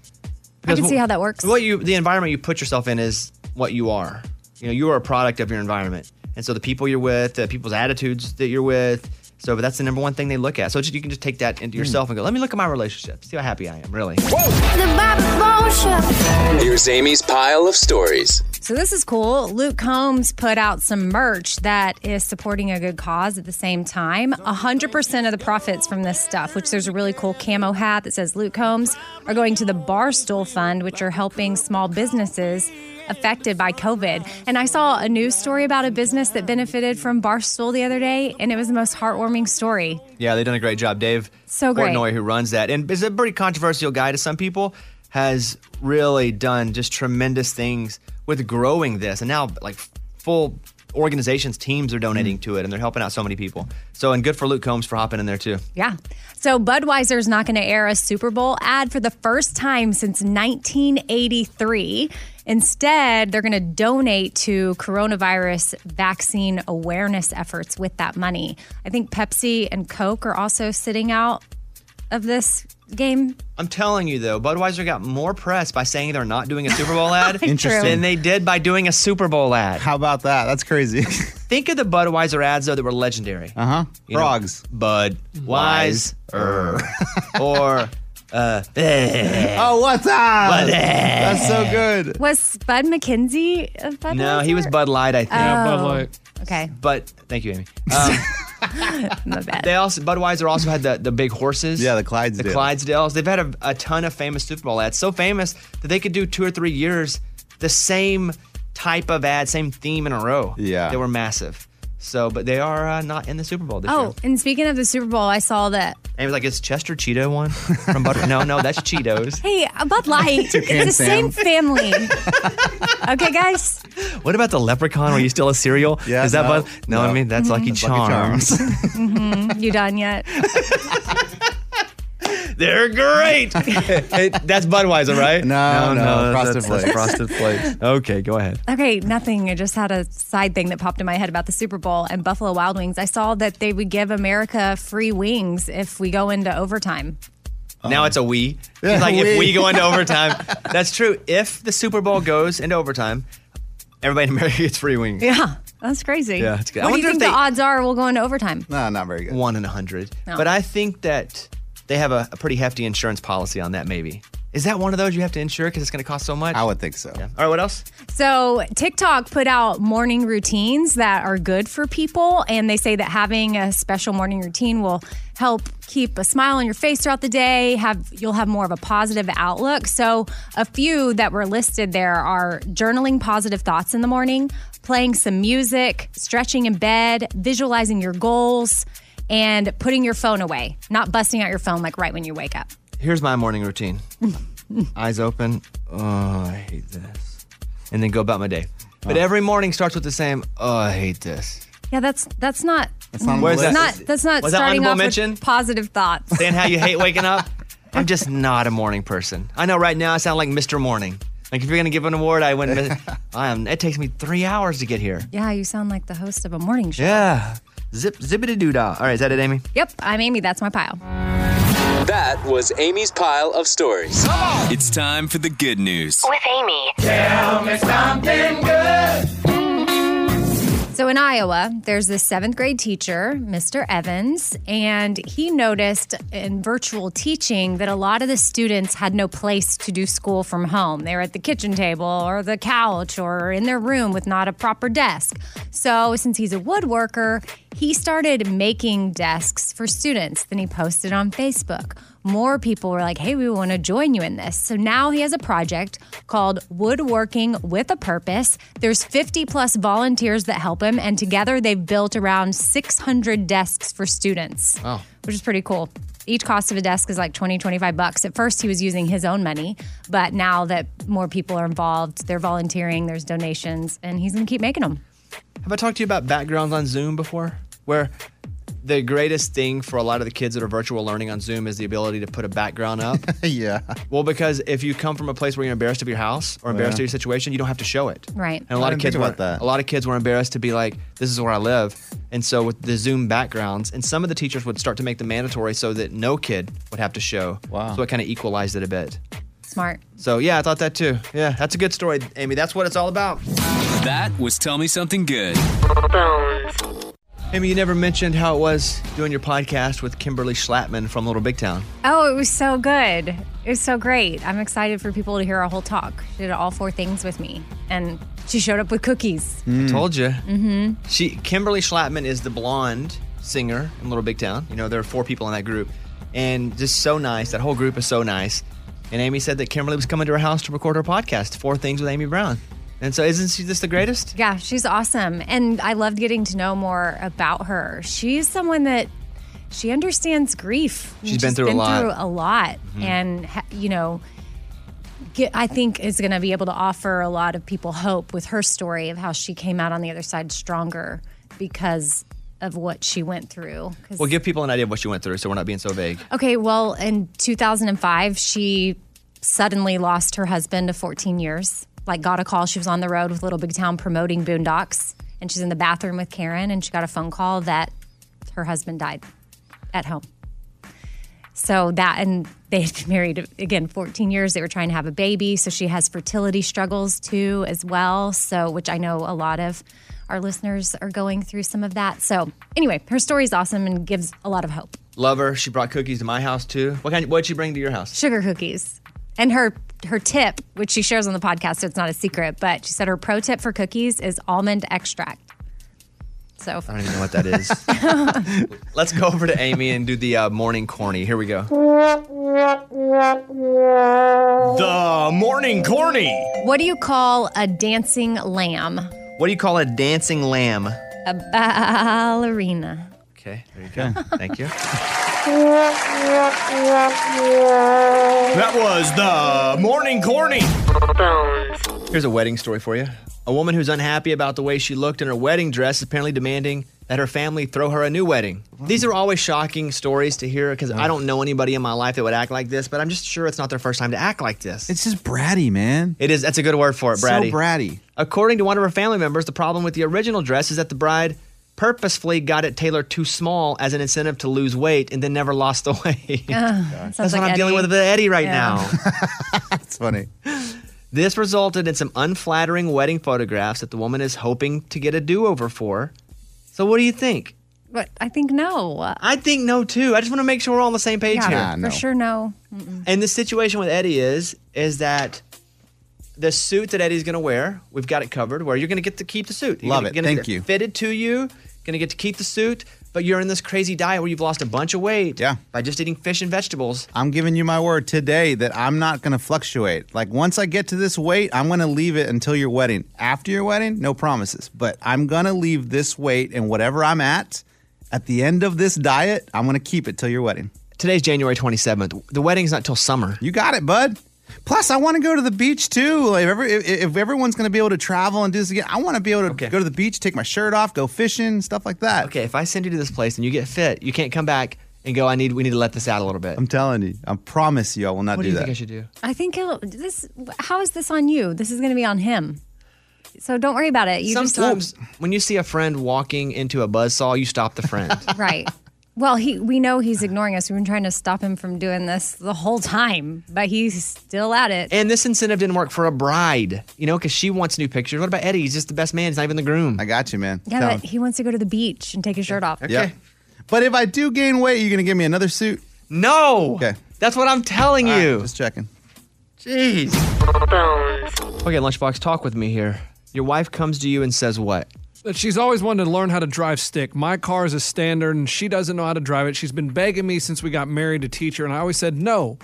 I can
Because
see how that works.
What you the environment you put yourself in is what you are. You know, you are a product of your environment. And so the people you're with, the people's attitudes that you're with, So, but that's the number one thing they look at. So just, you can just take that
Hmm.
into yourself and go, let me look at my relationship, see how happy I am, really.
The Bobby Bones Show.
Here's Amy's pile of stories.
So this is cool. Luke Combs put out some merch that is supporting a good cause at the same time. 100% of the profits from this stuff, which there's a really cool camo hat that says Luke Combs, are going to the Barstool Fund, which are helping small businesses affected by COVID. And I saw a news story about a business that benefited from Barstool the other day, and it was the most heartwarming story.
Yeah, they've done a great job. Dave
So great.
Portnoy, who runs that, and is a pretty controversial guy to some people, has really done just tremendous things with growing this. And now, like, full organizations, teams are donating
Hmm.
to it, and they're helping out so many people. So, and good for Luke Combs for hopping in there, too.
Yeah. So Budweiser's not going to air a Super Bowl ad for the first time since 1983. Instead, they're going to donate to coronavirus vaccine awareness efforts with that money. I think Pepsi and Coke are also sitting out of this game.
I'm telling you though, Budweiser got more press by saying they're not doing a Super Bowl ad
Interesting.
than they did by doing a Super Bowl ad. How about that? That's crazy. Think of the Budweiser ads though that were legendary. Uh huh. Frogs. Bud Wise or uh eh.
Oh, what's up?
What the-
That's so good.
Was Bud McKenzie of Budweiser?
No, he was Bud Light, I think.
Yeah, Bud Oh. Light. Okay.
But thank you, Amy. Um, They also Budweiser also had the, the big horses. Yeah, the Clydesdales. The Clydesdales. They've had a, a ton of famous Super Bowl ads. So famous that they could do two or three years the same type of ad, same theme in a row. Yeah. They were massive. So, but they are uh, not in the Super Bowl this year.
Oh, and speaking of the Super Bowl, I saw that.
And it was like, it's Chester Cheeto one from Butter. no, no, that's Cheetos.
Hey, uh, Bud Light, it's
Toucan
the
Sam.
same family. okay, guys.
What about the leprechaun? Were you still a cereal? Yeah. Is that
no,
Bud? No, I mean, that's
Mhm.
Lucky
That's Lucky Charms.
Charms.
hmm You done yet?
They're great. It- that's Budweiser, right?
No, no, Frosted
that's- that's
Flakes.
Frosted Flakes. Okay, go ahead.
Okay, nothing. I just had a side thing that popped in my head about the Super Bowl and Buffalo Wild Wings. I saw that they would give America free wings if we go into overtime.
Now it's a we.
Yeah,
It's like
we.
if we go into overtime, that's true. If the Super Bowl goes into overtime, everybody in America gets free wings.
Yeah, that's crazy.
Yeah, it's good. I
What do you
wonder
think
if they-
the odds are we'll go into overtime?
No, not very good. One in a hundred.
No.
But I think that they have a, a pretty hefty insurance policy on that. Maybe is that one of those you have to insure because it's going to cost so much? I would think so. All right, what else?
So, TikTok put out morning routines that are good for people. And they say that having a special morning routine will help keep a smile on your face throughout the day. Have You'll have more of a positive outlook. So, a few that were listed there are journaling positive thoughts in the morning, playing some music, stretching in bed, visualizing your goals, and putting your phone away, not busting out your phone like right when you wake up.
Here's my morning routine. Eyes open. Oh, I hate this. And then go about my day. But every morning starts with the same. Oh, I hate this.
Yeah, that's that's not
That's not on the Where's list. that-
Not- that's not
Was that
starting
honorable
off
mention?
with positive thoughts.
saying how you hate waking up. I'm just not a morning person. I know right now I sound like Mr. Morning. Like if you're gonna give an award, I wouldn't. miss- I am. It takes me three hours to get here.
Yeah, you sound like the host of a morning show.
Yeah. Zip zippity doo dah. All right, is that it, Amy?
Yep, I'm Amy. That's my pile.
That was Amy's pile of stories. It's time for the good news.
With Amy.
Tell me something good.
So in Iowa, there's this seventh grade teacher, Mr. Evans, and he noticed in virtual teaching that a lot of the students had no place to do school from home. They were at the kitchen table or the couch or in their room with not a proper desk. So since he's a woodworker, he started making desks for students. Then he posted on Facebook. More people were like, hey, we want to join you in this. So now he has a project called Woodworking with a Purpose. There's 50 plus volunteers that help him, and together they've built around 600 desks for students.
Wow.
Which is pretty cool. Each cost of a desk is like 20, 25 bucks. At first, he was using his own money, but now that more people are involved, they're volunteering, there's donations, and he's going to keep making them.
Have I talked to you about backgrounds on Zoom before? Where the greatest thing for a lot of the kids that are virtual learning on Zoom is the ability to put a background up. yeah. Well, because if you come from a place where you're embarrassed of your house or embarrassed
Yeah.
of your situation, you don't have to show it.
Right.
And a lot of kids were a lot of kids were embarrassed to be like, "This is where I live," and so with the Zoom backgrounds, and some of the teachers would start to make them mandatory so that no kid would have to show. Wow. So it kind of equalized it a bit.
Smart.
So yeah, I thought that too. Yeah, that's a good story, Amy. That's what it's all about.
That was Tell Me Something Good.
Amy, you never mentioned how it was doing your podcast with Kimberly Schlattman from Little Big Town.
Oh, it was so good. It was so great. I'm excited for people to hear our whole talk. She did all four things with me, and she showed up with cookies.
I told you.
Mm-hmm.
She Kimberly Schlattman is the blonde singer in Little Big Town. You know, there are four people in that group. And just so nice. That whole group is so nice. And Amy said that Kimberly was coming to her house to record her podcast, Four Things with Amy Brown. And so isn't she just the greatest?
Yeah, she's awesome. And I loved getting to know more about her. She's someone that she understands grief.
She's been through a lot.
through a lot.
Mhm.
And, ha- you know, get, I think is going to be able to offer a lot of people hope with her story of how she came out on the other side stronger because of what she went through. 'Cause
Well, give people an idea of what she went through so we're not being so vague.
Okay, well, in 2005, she suddenly lost her husband of 14 years. Like, got a call. She was on the road with Little Big Town promoting Boondocks, and she's in the bathroom with Karen, and she got a phone call that her husband died at home. So that, and they had been married again 14 years. They were trying to have a baby. So she has fertility struggles too, as well. So, which I know a lot of our listeners are going through some of that. So, anyway, her story is awesome and gives a lot of hope.
Love her. She brought cookies to my house too. What kind what'd she bring to your house?
sugar cookies. And her her tip, which she shares on the podcast, so it's not a secret, but she said her pro tip for cookies is almond extract. So
I don't even know what that is. Let's go over to Amy and do the uh, morning corny. Here we go. The morning corny.
what do you call a dancing lamb?
What do you call a dancing lamb?
A ballerina.
Okay, there you go. Thank you.
That
was the Uh, morning corny. Here's a wedding story for you. A woman who's unhappy about the way she looked in her wedding dress is apparently demanding that her family throw her a new wedding. These are always shocking stories to hear because I don't know anybody in my life that would act like this, but I'm just sure it's not their first time to act like this.
It's just bratty, man.
It is. That's a good word for it,
So
bratty.
bratty.
According to one of her family members, the problem with the original dress is that the bride purposefully got it tailored too small as an incentive to lose weight and then never lost the weight.
That's
That's what I'm dealing with with Eddie right now.
That's funny.
This resulted in some unflattering wedding photographs that the woman is hoping to get a do over for. So, what do you think?
But I think no.
I think no too. I just want to make sure we're all on the same page
yeah,
here.
For sure, no. Mm-mm.
And the situation with Eddie is is that the suit that Eddie's going to wear, we've got it covered. Where you're going to get to keep the suit. You're
Love
gonna,
it.
Gonna
Thank
get
you.
Fitted to you. Going to get to keep the suit, but you're in this crazy diet where you've lost a bunch of weight. Yeah. By just eating fish and vegetables.
I'm giving you my word today that I'm not going to fluctuate. Like once I get to this weight, I'm going to leave it until your wedding. After your wedding, no promises, but I'm going to leave this weight and whatever I'm at at the end of this diet, I'm going to keep it till your wedding.
Today's January 27th. The wedding's not till summer.
You got it, bud. Plus, I want to go to the beach too. Like if, every, if, if everyone's going to be able to travel and do this again, I want to be able to go to the beach, take my shirt off, go fishing, stuff like that.
Okay, if I send you to this place and you get fit, you can't come back and go. I need. We need to let this out a little bit.
I'm telling you, I promise you, I will not
What do
do,
you
that.
think I should do?
I think he'll, this. How is this on you? This is going to be on him. So don't worry about it. You just-
Sometimes when you see a friend walking into a buzzsaw, you stop the friend.
right. Well, he we know he's ignoring us. We've been trying to stop him from doing this the whole time, but he's still at it.
And this incentive didn't work for a bride, you know, because she wants new pictures. What about Eddie? He's just the best man. He's not even the groom. I
got you, man.
Yeah, but he wants to go to the beach and take his shirt off.
Yeah. But if I do gain weight, you're going to give me another suit?
No.
Okay.
That's what I'm telling
you. just checking.
Jeez. Okay, Lunchbox, talk with me here. Your wife comes to you and says what?
That she's always wanted to learn how to drive stick. My car is a standard and she doesn't know how to drive it. She's been begging me since we got married to teach her, and I always said no.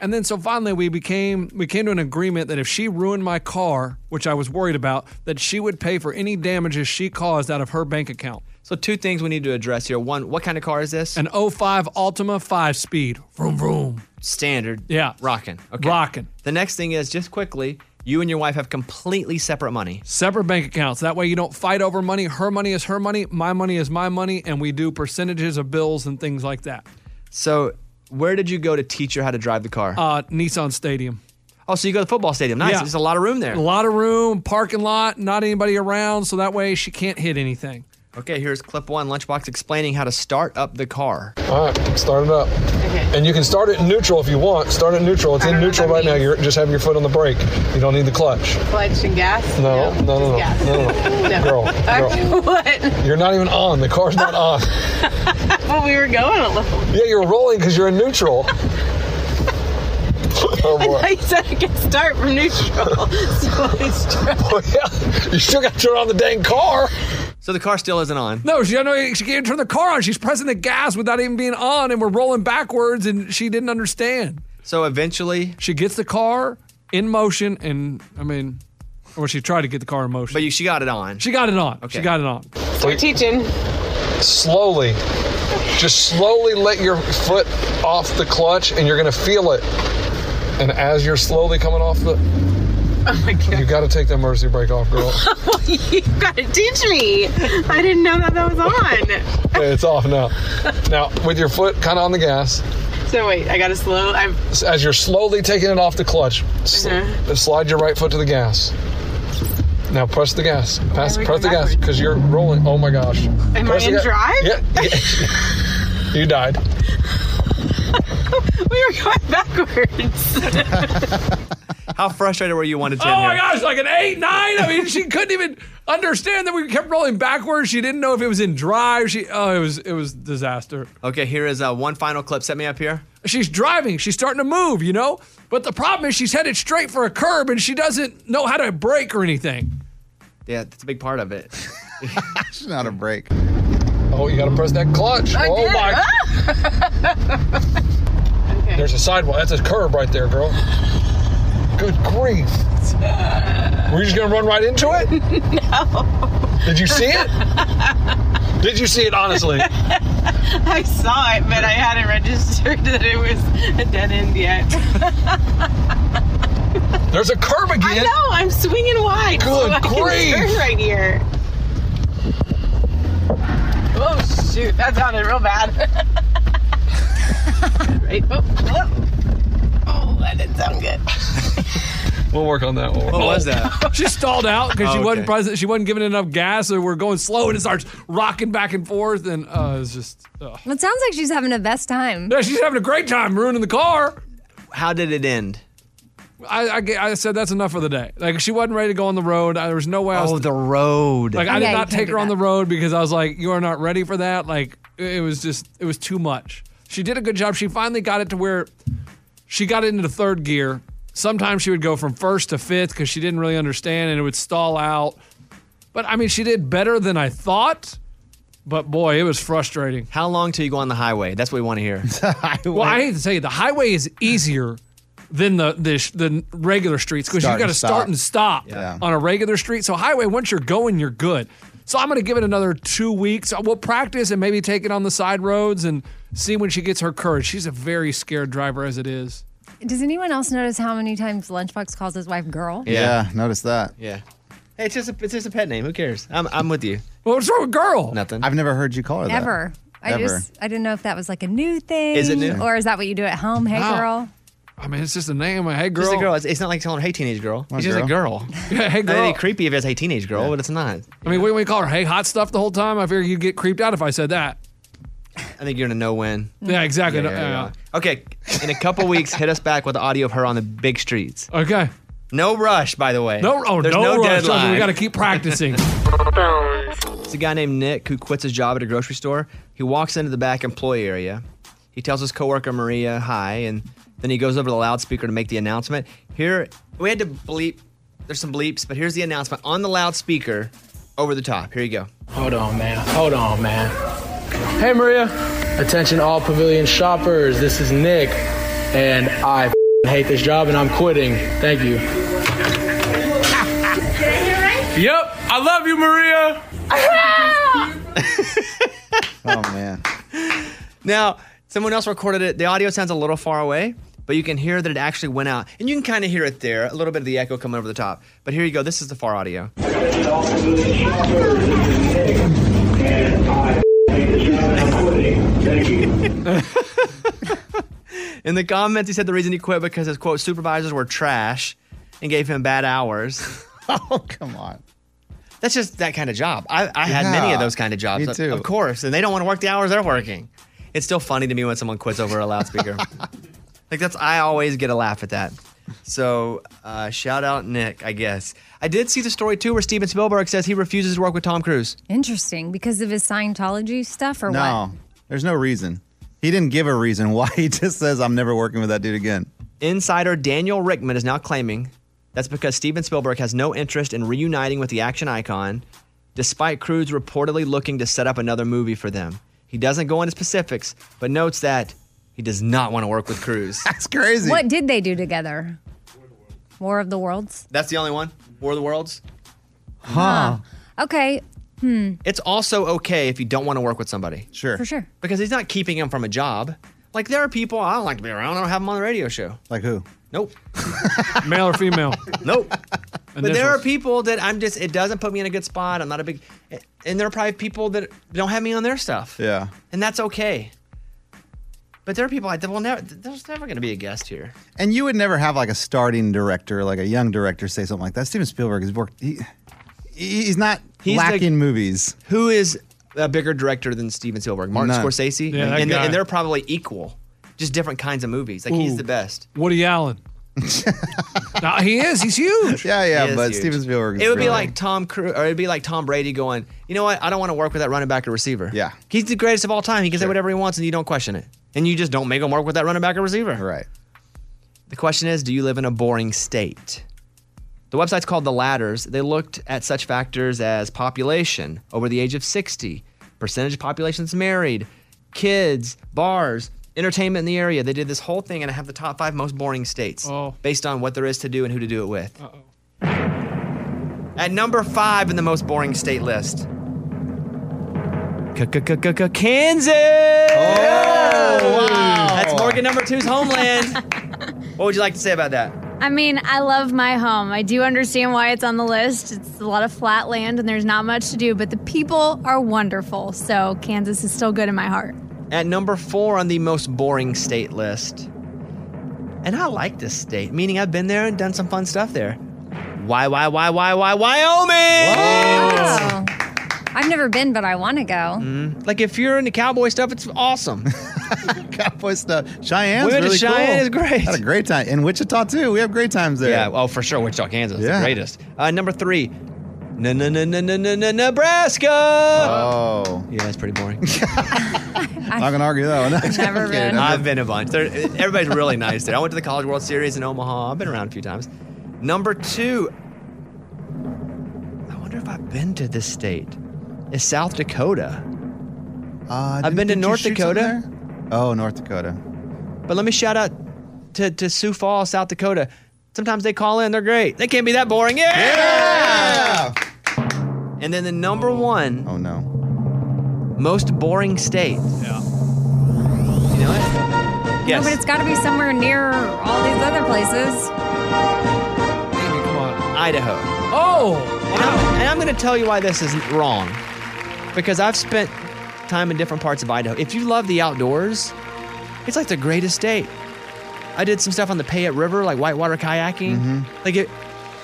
And then so finally we became we came to an agreement that if she ruined my car, which I was worried about, that she would pay for any damages she caused out of her bank account.
So two things we need to address here. One, what kind of car is this?
An 05 Altima 5 speed. Vroom vroom.
Standard.
Yeah.
Rocking. Okay. Rocking. The next thing is just quickly, you and your wife have completely separate money.
Separate bank accounts. That way you don't fight over money. Her money is her money, my money is my money, and we do percentages of bills and things like that.
So where did you go to teach her how to drive the car?
Uh, Nissan Stadium.
Oh, so you go to the football stadium. Nice.
Yeah.
There's a lot of room there.
A lot of room, parking lot, not anybody around, so that way she can't hit anything.
Okay, here's clip one Lunchbox explaining how to start up the car.
All right, start it up. And you can start it in neutral if you want. Start it in neutral. It's in neutral right now. You're just having your foot on the brake. You don't need the clutch.
Clutch and gas?
No, no, no, no,
gas.
no, no, no.
No.
Girl, girl.
what?
You're not even on. The car's not on.
Well, we were going a little.
Yeah, you're rolling because you're in neutral. Oh,
I
boy.
thought you said I could start from neutral. so I started.
Well, yeah, you still got to turn on the dang car.
So the car still isn't on.
No, she, I know she can't turn the car on. She's pressing the gas without even being on, and we're rolling backwards, and she didn't understand.
So eventually,
she gets the car in motion, and I mean, well, she tried to get the car in motion,
but she got it on.
She got it on.
Okay.
She got it on.
Start teaching.
Slowly. Just slowly let your foot off the clutch and you're going to feel it. And as you're slowly coming off the.
Oh my God.
You got to take that emergency brake off, girl.
well, you gotta teach me. I didn't know that that was on.
Okay, it's off now. Now, with your foot kind of on the gas,
So wait, I gotta slow. I'm. Uh-huh.
as you're slowly taking it off the clutch, sl- slide your right foot to the gas. Now press the gas. Pass,
are we
press the
going
gas because you're rolling. Oh my gosh.
Am
press
I
the
in
ga-
drive?
Yeah. yeah. you died.
we were going backwards.
How frustrated were you one to
Oh
ten?
my
here?
gosh, like an eight, nine. I mean, she couldn't even understand that we kept rolling backwards. She didn't know if it was in drive. She oh, it was it was disaster.
Okay, here is uh, one final clip. Set me up here.
She's driving. She's starting to move, you know. But the problem is she's headed straight for a curb, and she doesn't know how to brake or anything.
Yeah, that's a big part of it.
It's not a break. Oh, you got to press that clutch.
I
oh
did. Ah!
my. There's a sidewalk. That's a curb right there, girl. Good grief. Were you just gonna run right into it? No. Did you see it? Did you see it honestly?
I saw it, but I hadn't registered that it was a dead end yet.
There's a curb again.
I know. I'm swinging wide. so
Good
I can
grief.
turn right here. Oh shoot! That sounded real bad. right. Oh, oh. oh, that didn't sound good.
We'll work on that one.
Oh.
that?
She stalled out because
Oh,
she wasn't
okay.
present. She wasn't giving enough gas, so we're going slow, and it starts rocking back and forth, and uh, it's just. ugh.
Well, it sounds like she's having the best time.
Yeah, she's having a great time ruining the car.
How did it end?
I, I, ge- I said that's enough for the day. Like she wasn't ready to go on the road. I, there was no way. I was,
Oh, the road.
Like I did
Yeah, you
not
can't
take
do
her on
that.
the road because I was like, you are not ready for that. Like it was just, it was too much. She did a good job. She finally got it to where she got it into third gear. Sometimes she would go from first to fifth because she didn't really understand and it would stall out. But I mean, she did better than I thought. But boy, it was frustrating.
How long till you go on the highway? That's what we want to hear.
Well, I hate to tell you, the highway is easier than the the, sh- the regular streets because you
Start
got to
and stop.
start and stop
Yeah.
on a regular street. So highway, once you're going, you're good. So I'm going to give it another two weeks. We'll practice and maybe take it on the side roads and see when she gets her courage. She's a very scared driver as it is.
Does anyone else notice how many times Lunchbox calls his wife girl?
Yeah, notice that.
Yeah. Hey, it's just a, it's just a pet name. Who cares? I'm, I'm with you.
Well, what's wrong with girl?
Nothing.
I've never heard you call her that.
Ever. I
Ever.
just I didn't know if that was like a new thing.
Is it new?
Or is that what you do at home? Hey
Wow.
girl.
I mean, it's just a name. Hey, girl.
Just a girl. It's, it's not like telling her, hey, teenage girl.
My
It's just a girl.
Yeah, hey, girl.
That'd be creepy if it's hey, teenage girl, but it's not.
I mean, what do we call her? Hey, hot stuff the whole time. I figure you'd get creeped out if I said that.
I think you're in a no win.
Yeah, exactly. No- yeah.
Okay, in a couple weeks, hit us back with the audio of her on the big streets.
Okay.
No rush, by the way.
No, oh,
There's
no,
no,
rush. Trust me,
deadline.
We got to keep practicing.
It's a guy named Nick who quits his job at a grocery store. He walks into the back employee area. He tells his coworker Maria hi, and then he goes over to the loudspeaker to make the announcement. Here, we had to bleep. There's some bleeps, but here's the announcement on the loudspeaker over the top. Here you go.
Hold on, man. Hold on, man. Hey, Maria. Attention, all pavilion shoppers. This is Nick, and I f***ing hate this job, and I'm quitting. Thank you.
Yep, I love you, Maria.
Oh, man.
Now, someone else recorded it. The audio sounds a little far away, but you can hear that it actually went out. And you can kind of hear it there, a little bit of the echo coming over the top. But here you go. This is the far audio. In the comments, he said the reason he quit because his quote supervisors were trash and gave him bad hours.
oh, come on.
That's just that kind of job. I, I had many
Yeah,
of those kind of jobs.
me too.
Of course. And they don't want to work the hours they're working. It's still funny to me when someone quits over a loudspeaker. like that's I always get a laugh at that. So uh, shout out Nick, I guess. I did see the story too where Steven Spielberg says he refuses to work with Tom Cruise.
Interesting, because of his Scientology stuff or
No, there's no reason. He didn't give a reason why. He just says, I'm never working with that dude again.
Insider Daniel Rickman is now claiming that's because Steven Spielberg has no interest in reuniting with the action icon, despite Cruise reportedly looking to set up another movie for them. He doesn't go into specifics, but notes that he does not want to work with Cruise. that's
what? What did they do together? War of the Worlds.
That's the only one. War of the Worlds.
Huh. Okay. Hmm.
It's also okay if you don't want to work with somebody. Sure.
For sure.
Because he's not keeping him from a job. Like there are people I don't like to be around. I don't have them on the radio show.
Like who?
Nope.
Male or female?
Nope. But there are
Initials.
people that I'm just it doesn't put me in a good spot. I'm not a big and there are probably people that don't have me on their stuff.
Yeah.
And that's okay. But there are people like that will never there's never gonna be a guest here.
And you would never have like a starting director, like a young director, say something like that. Steven Spielberg has worked. He, he's not
He's the-
lacking movies.
Who is a bigger director than Steven Spielberg? Martin
None.
Scorsese?
Yeah, that
and,
guy.
and they're probably equal. Just different kinds of movies. Like he's
Ooh.
the best.
Woody Allen. no, he is. He's huge.
Yeah,
He is huge. It would be like Tom Cruise, or it'd be like Tom Brady going, you know what? I don't want to work with that running back or receiver. Yeah, he's the greatest of all time. He can say whatever he wants, and you don't question it, and you just don't make him work with that running back or receiver.
Right.
The question is, do you live in a boring state? The website's called The Ladders. They looked at such factors as population over the age of 60, percentage of populations married, kids, bars, entertainment in the area. They did this whole thing, and I have the top five most boring states based on what there is to do and who to do it with. At number five in the most boring state list. Kansas! wow. That's Morgan number two's homeland. what would you like to say about that?
I mean, I love my home. I do understand why it's on the list. It's a lot of flat land and there's not much to do, but the people are wonderful. So Kansas is still good in my heart.
At number four on the most boring state list. And I like this state, meaning I've been there and done some fun stuff there. Why, why, why, why, why, Wyoming?
Oh. I've never been, but I want to go.
Mhm. Like if you're into cowboy stuff, it's awesome.
cowboy stuff. Cheyenne's
We went to
really
Cheyenne,
cool.
it's great.
Had a great time. In Wichita, too. We have great times there.
Yeah, oh, for sure. Wichita, Kansas.
Yeah.
The greatest. Uh, number three. No, no, no, no, no, no, no, Nebraska. Oh. Yeah, that's pretty boring.
I'm not going to argue that one.
I've been. I've been a bunch. They're- everybody's really nice there. I went to the College World Series in Omaha. I've been around a few times. Number two, I wonder if I've been to this state. Is South Dakota? I've been to
Uh, didn't- didn't you
North
shoot something
Dakota.
Oh, North Dakota.
But let me shout out to, to Sioux Falls, South Dakota. Sometimes they call in, they're great. They can't be that boring. Yeah! And then the number one.
Oh, no.
Most boring state. Yeah. You know it? Yes.
No, but it's got to be somewhere near all these other places.
Idaho.
Oh!
And I'm, and I'm going to tell you why this is wrong. Because I've spent time in different parts of Idaho. If you love the outdoors, it's like the greatest state. I did some stuff on the Payette River, like whitewater kayaking. Like, it,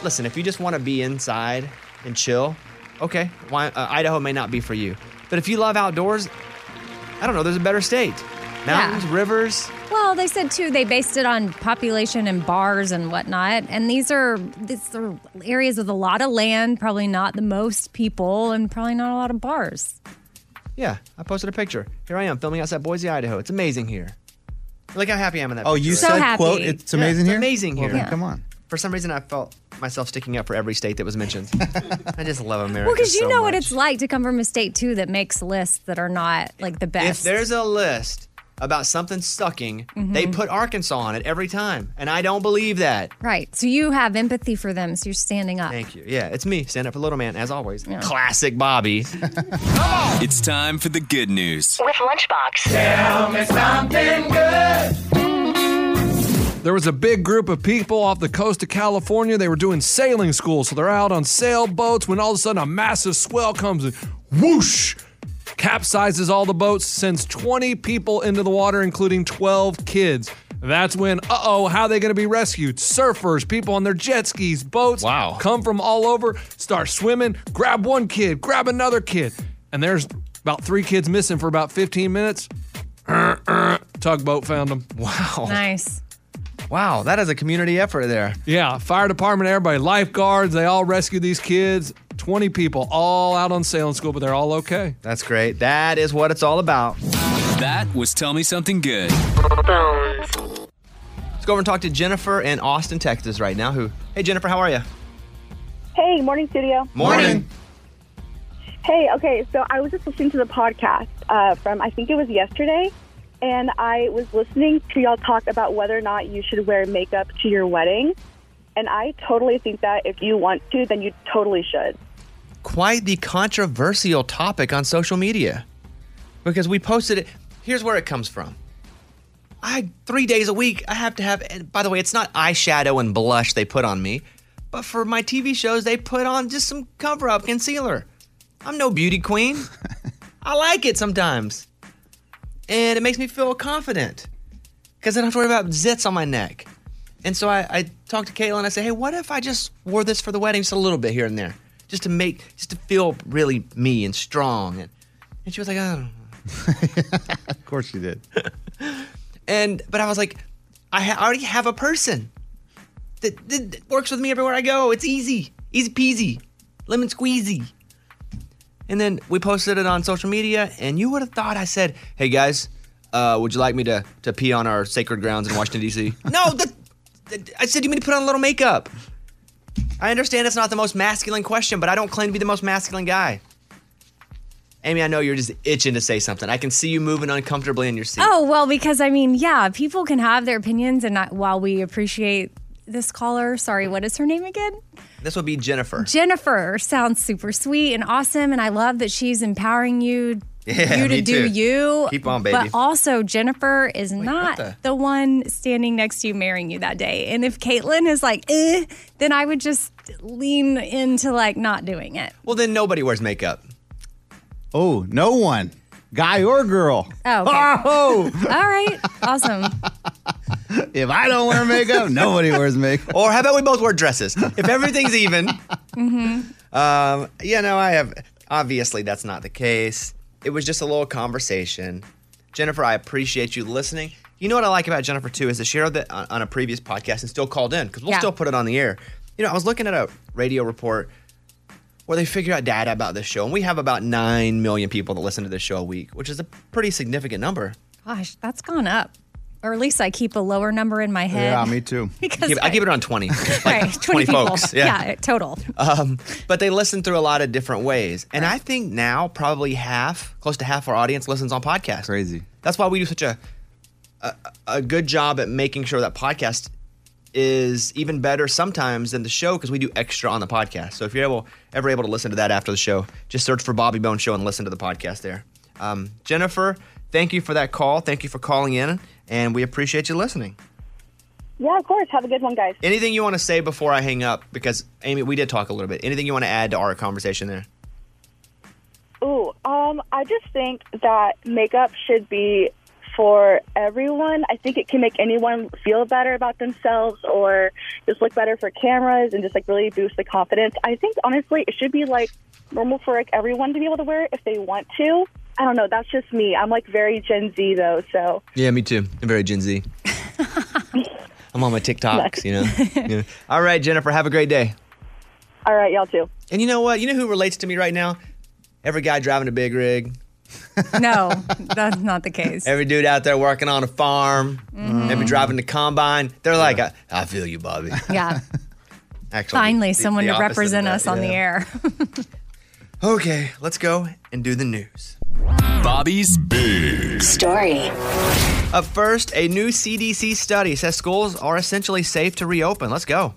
listen, if you just want to be inside and chill, okay, why, uh, Idaho may not be for you. But if you love outdoors, I don't know, there's a better state. Mountains, rivers.
Well, they said too they based it on population and bars and whatnot, and these are these are areas with a lot of land, probably not the most people, and probably not a lot of bars.
Yeah, I posted a picture. Here I am filming outside Boise, Idaho. It's amazing here. Look how happy I am in that.
Oh,
picture.
you So said, happy. quote, "It's
Yeah,
amazing here"?
It's amazing
Well,
here.
then Yeah. come on.
For some reason, I felt myself sticking up for every state that was mentioned. I just love America.
well, because you
so
know
much.
what it's like to come from a state too that makes lists that are not like the
If
best.
there's a list about something sucking,
Mm-hmm.
they put Arkansas on it every time, and I don't believe that.
Right. So you have empathy for them, so you're standing up.
Thank you. Yeah, it's me, stand up for little man, as always. Classic Bobby.
It's time for the good news.
With Lunchbox.
Tell me something good.
There was a big group of people off the coast of California. They were doing sailing school, so they're out on sailboats when all of a sudden a massive swell comes and whoosh capsizes all the boats, sends 20 people into the water, including 12 kids. That's when, uh oh, how are they going to be rescued? Surfers, people on their jet skis, boats, wow. come from all over, start swimming, grab one kid, grab another kid. And there's about three kids missing for about 15 minutes. Tugboat found them.
Wow.
Nice.
Wow, that is a community effort there.
Yeah, fire department, everybody, lifeguards, they all rescued these kids. 20 people all out on sailing school, but they're all okay.
That's great. That is what it's all about.
That was Tell Me Something Good.
Let's go over and talk to Jennifer in Austin, Texas right now. Who? Hey, Jennifer, how are you?
Hey, morning studio.
Morning.
Hey, okay, so I was just listening to the podcast uh, from I think it was yesterday, and I was listening to y'all talk about whether or not you should wear makeup to your wedding, and I totally think that if you want to, then you totally should.
Quite the controversial topic on social media because we posted it. Here's where it comes from. I three days a week I have to have. And by the way, it's not eyeshadow and blush they put on me, but for my TV shows they put on just some cover up concealer. I'm no beauty queen. I like it sometimes, and it makes me feel confident because I don't have to worry about zits on my neck. And so I, I talked to Kayla and I said, "Hey, what if I just wore this for the wedding, just a little bit here and there, just to make, just to feel really me and strong?" And, and she was like, "I don't." know."
Of course you did.
And but I was like, I ha- already have a person that, that, that works with me everywhere I go. It's easy, easy peasy, lemon squeezy. And then we posted it on social media, and you would have thought I said, "Hey guys, uh, would you like me to to pee on our sacred grounds in Washington D.C.?" no, that, that- I said you mean to put on a little makeup. I understand it's not the most masculine question, but I don't claim to be the most masculine guy. Amy, I know you're just itching to say something. I can see you moving uncomfortably in your seat.
Oh, well, because I mean, yeah, people can have their opinions, and I, while we appreciate this caller, sorry, what is her name again?
This would be Jennifer.
Jennifer sounds super sweet and awesome, and I love that she's empowering you.
Yeah,
you to
me
do
too.
you.
Keep on, baby.
But also, Jennifer is not
the-
the? one standing next to you marrying you that day. And if Caitlin is like, eh, then I would just lean into like not doing it.
Well, then nobody wears makeup.
Oh, no one, guy or girl.
Oh, okay.
Oh!
all right, awesome.
If I don't wear makeup, nobody wears makeup.
Or how about we both wear dresses? If everything's even.
hmm
Um, yeah, no, I have. Obviously, that's not the case. It was just a little conversation. Jennifer, I appreciate you listening. You know what I like about Jennifer too is that she heard that on, on a previous podcast and still called in because we'll
Yeah.
still put it on the air. You know, I was looking at a radio report where they figure out data about this show, and we have about nine million people that listen to this show a week, which is a pretty significant number.
Gosh, that's gone up. Or at least I keep a lower number in my head.
too.
Because
I keep it around twenty.
right, 20,
20
people.
folks, yeah.
total.
Um, but they listen through a lot of different ways. And I think now probably half, close to half our audience listens on podcasts.
Crazy.
That's why we do such a a, a good job at making sure that podcast is even better sometimes than the show because we do extra on the podcast. So if you're able ever able to listen to that after the show, just search for Bobby Bone Show and listen to the podcast there. Um, Jennifer, thank you for that call. Thank you for calling in, and we appreciate you listening.
Yeah, of course. Have a good one, guys.
Anything you want to say before I hang up? Because Amy, we did talk a little bit. Anything you want to add to our conversation there?
Ooh, um, I just think that makeup should be for everyone. I think it can make anyone feel better about themselves or just look better for cameras and just like really boost the confidence. I think honestly, it should be like normal for like everyone to be able to wear it if they want to. I don't know. That's just me. I'm like very Gen Z though, so
Yeah, me too. I'm very Gen Z. I'm on my TikToks, you know. You know. All right, Jennifer, have a great day.
all right, y'all too.
And you know what? You know who relates to me right now? Every guy driving a big rig,
No, that's not the case.
every dude out there working on a farm,
Mhm.
every driving the combine. They're like, I, I feel you, Bobby.
Yeah.
Actually,
Finally,
the-
someone
the
to
opposite of
represent
that,
us on the
yeah.
air.
Okay, let's go and do the news.
Bobby's Big
Story.
Up first, a new CDC study says schools are essentially safe to reopen. Let's go.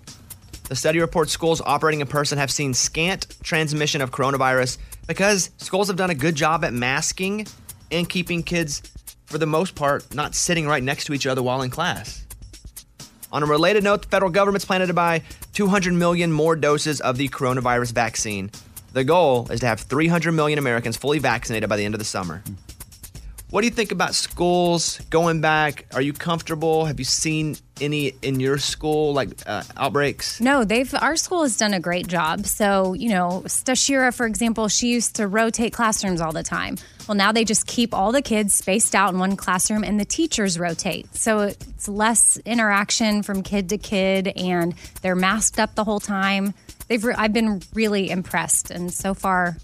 The study reports schools operating in person have seen scant transmission of coronavirus because schools have done a good job at masking and keeping kids, for the most part, not sitting right next to each other while in class. On a related note, the federal government's planning to buy 200 million more doses of the coronavirus vaccine. The goal is to have 300 million Americans fully vaccinated by the end of the summer. What do you think about schools going back? Are you comfortable? Have you seen any in your school like uh, outbreaks?
No, they've our school has done a great job. So, you know, Stashira, for example, she used to rotate classrooms all the time. Well, now they just keep all the kids spaced out in one classroom and the teachers rotate. So it's less interaction from kid to kid and they're masked up the whole time. They've re- I've been really impressed and so far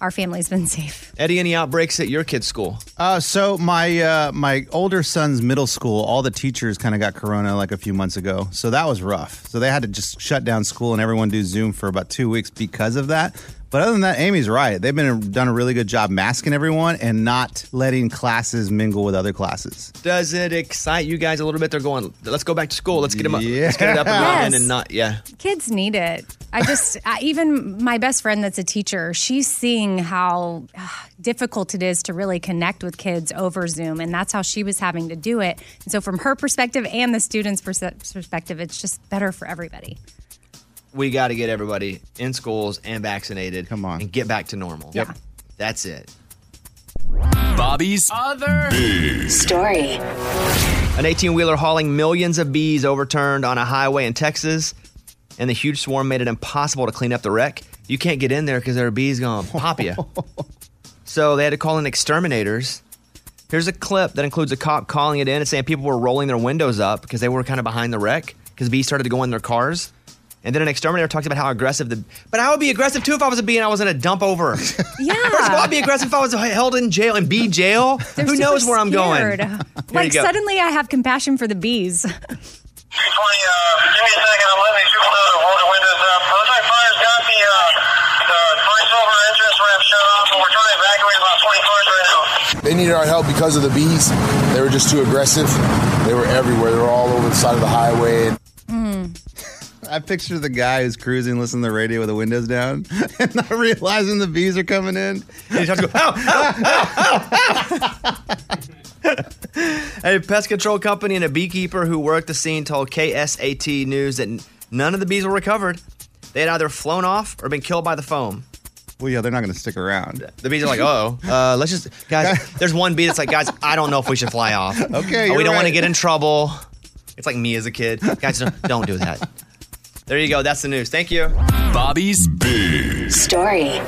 our family's been safe.
Eddie, any outbreaks at your kid's school?
Uh, so my uh, my older son's middle school, all the teachers kind of got corona like a few months ago, so that was rough. So they had to just shut down school and everyone do Zoom for about two weeks because of that. But other than that, Amy's right. They've been done a really good job masking everyone and not letting classes mingle with other classes.
Does it excite you guys a little bit? They're going, let's go back to school. Let's get them up. Let's get it up and running
Yes.
and not, yeah.
Kids need it. I just, I, even my best friend that's a teacher, she's seeing how ah, difficult it is to really connect with kids over Zoom. And that's how she was having to do it. And so, from her perspective and the students' perse- perspective, it's just better for everybody.
we got to get everybody in schools and vaccinated. Come on. And get back to normal. Yep. That's it. Bobby's other
Story.
An 18 wheeler hauling millions of bees overturned on a highway in Texas, and the huge swarm made it impossible to clean up the wreck. You can't get in there because there are bees going to pop you. so they had to call in exterminators. Here's a clip that includes a cop calling it in and saying people were rolling their windows up because they were kind of behind the wreck because bees started to go in their cars. And then an exterminator talks about how aggressive the. But I would be aggressive too if I was a bee and I was in a dump over.
Yeah.
First of all, I'd be aggressive if I was held in jail and be jail.
They're super
Who knows where I'm going?
scared.
Here you
like,
go.
suddenly I have compassion for the bees.
uh,
They needed our help because of the bees. They were just too aggressive. They were everywhere. They were all over the side of the highway. And
Hmm.
I picture the guy who's cruising, listening to the radio with the windows down, and not realizing the bees are coming in.
he starts to go, ow, A pest control company and a beekeeper who worked the scene told KSAT News that n- none of the bees were recovered. They had either flown off or been killed by the foam.
Well, yeah, they're not going to stick around.
The bees are like, oh, uh, let's just, guys, there's one bee that's like, guys, I don't know if we should fly off.
Okay,
Or
you're
we don't want to
right.
get in trouble. It's like me as a kid. Guys, don't, don't do that. There you go. That's the news. Thank you. Bobby's Big
Story.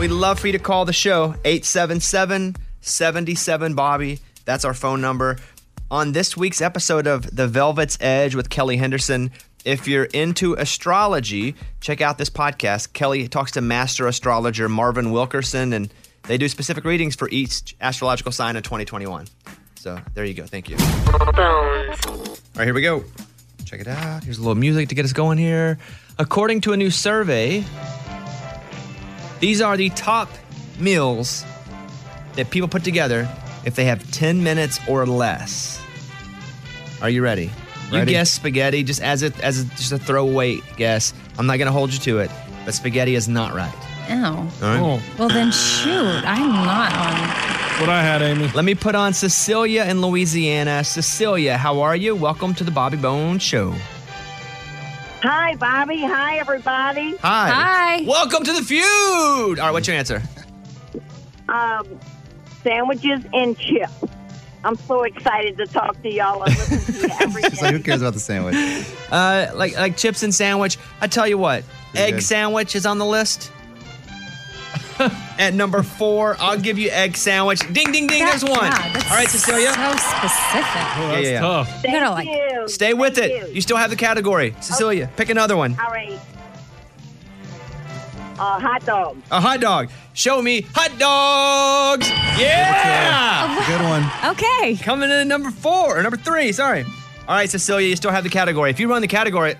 We'd love for you to call the show 877 77 Bobby. That's our phone number. On this week's episode of The Velvet's Edge with Kelly Henderson, if you're into astrology, check out this podcast. Kelly talks to master astrologer Marvin Wilkerson, and they do specific readings for each astrological sign in 2021. So there you go. Thank you. All right, here we go. Check it out. Here's a little music to get us going here. According to a new survey, these are the top meals that people put together if they have 10 minutes or less. Are you ready? You
Ready.
guess spaghetti just as a, as a, just a throwaway guess. I'm not going to hold you to it, but spaghetti is not right.
Ow.
All right.
Well, then shoot. I'm not on.
What I had, Amy. Let me put on Cecilia in Louisiana. Cecilia, how are you? Welcome to the Bobby Bone Show.
Hi, Bobby. Hi, everybody.
Hi. Welcome to the feud. All right, what's your answer?
Hi. Um, sandwiches and chips. I'm so excited to talk to y'all. I listen
It's like, who cares about the sandwich?
Uh, like like chips and sandwich. I tell you what, egg sandwich is on the list. At number four, I'll give you egg sandwich. Ding ding ding. there's one.
God, that's
All right, Cecilia.
So specific.
Oh, that's Yeah, yeah. tough.
You gotta, like,
Stay with it. You. still have the category, Cecilia. Pick another one.
All right. Uh, hot dogs.
A hot dog. Show me hot dogs. Yeah.
Good one.
Okay.
Coming in at number four or number three. Sorry. All right, Cecilia. You still have the category. If you run the category,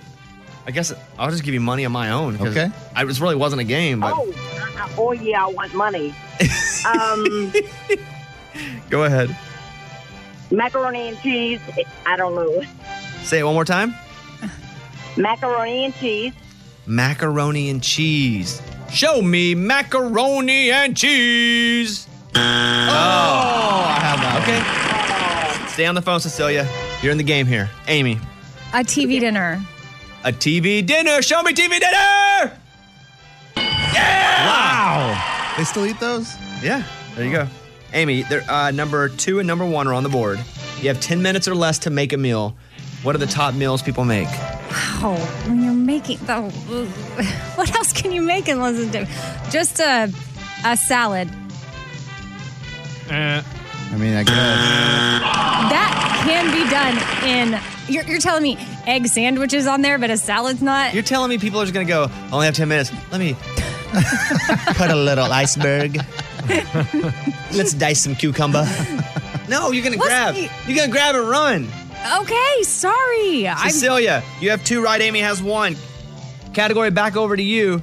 I guess I'll just give you money on my own. Okay. I, it really wasn't a game, but
Oh, uh, uh, oh yeah, I want money. Um,
go ahead.
macaroni and cheese. I don't know.
Say it one more time.
Macaroni and cheese.
macaroni and cheese. Show me macaroni and cheese. Oh, I have that. Okay. Stay on the phone, Cecilia. You're in the game here. Amy,
A TV dinner.
a TV dinner. Show me TV dinner. Yeah. Wow.
They still eat those?
Yeah. There you go. Amy, there, uh, number two and number one are on the board. You have 10 minutes or less to make a meal. What are the top meals people make?
Wow, Oh, when you're making the, what else can you make unless it's dim- just a a salad?
I mean, I
Uh,
guess.
That can be done in. You're, you're telling me egg sandwiches on there, but a salad's not.
You're telling me people are just going to go, I only have 10 minutes. Let me cut a little iceberg. Let's dice some cucumber. No, you're going to
What's
grab.
the-
You're going to grab and run.
Okay, sorry. I'm-
Cecilia, you have two right. Amy has one. Category back over to you.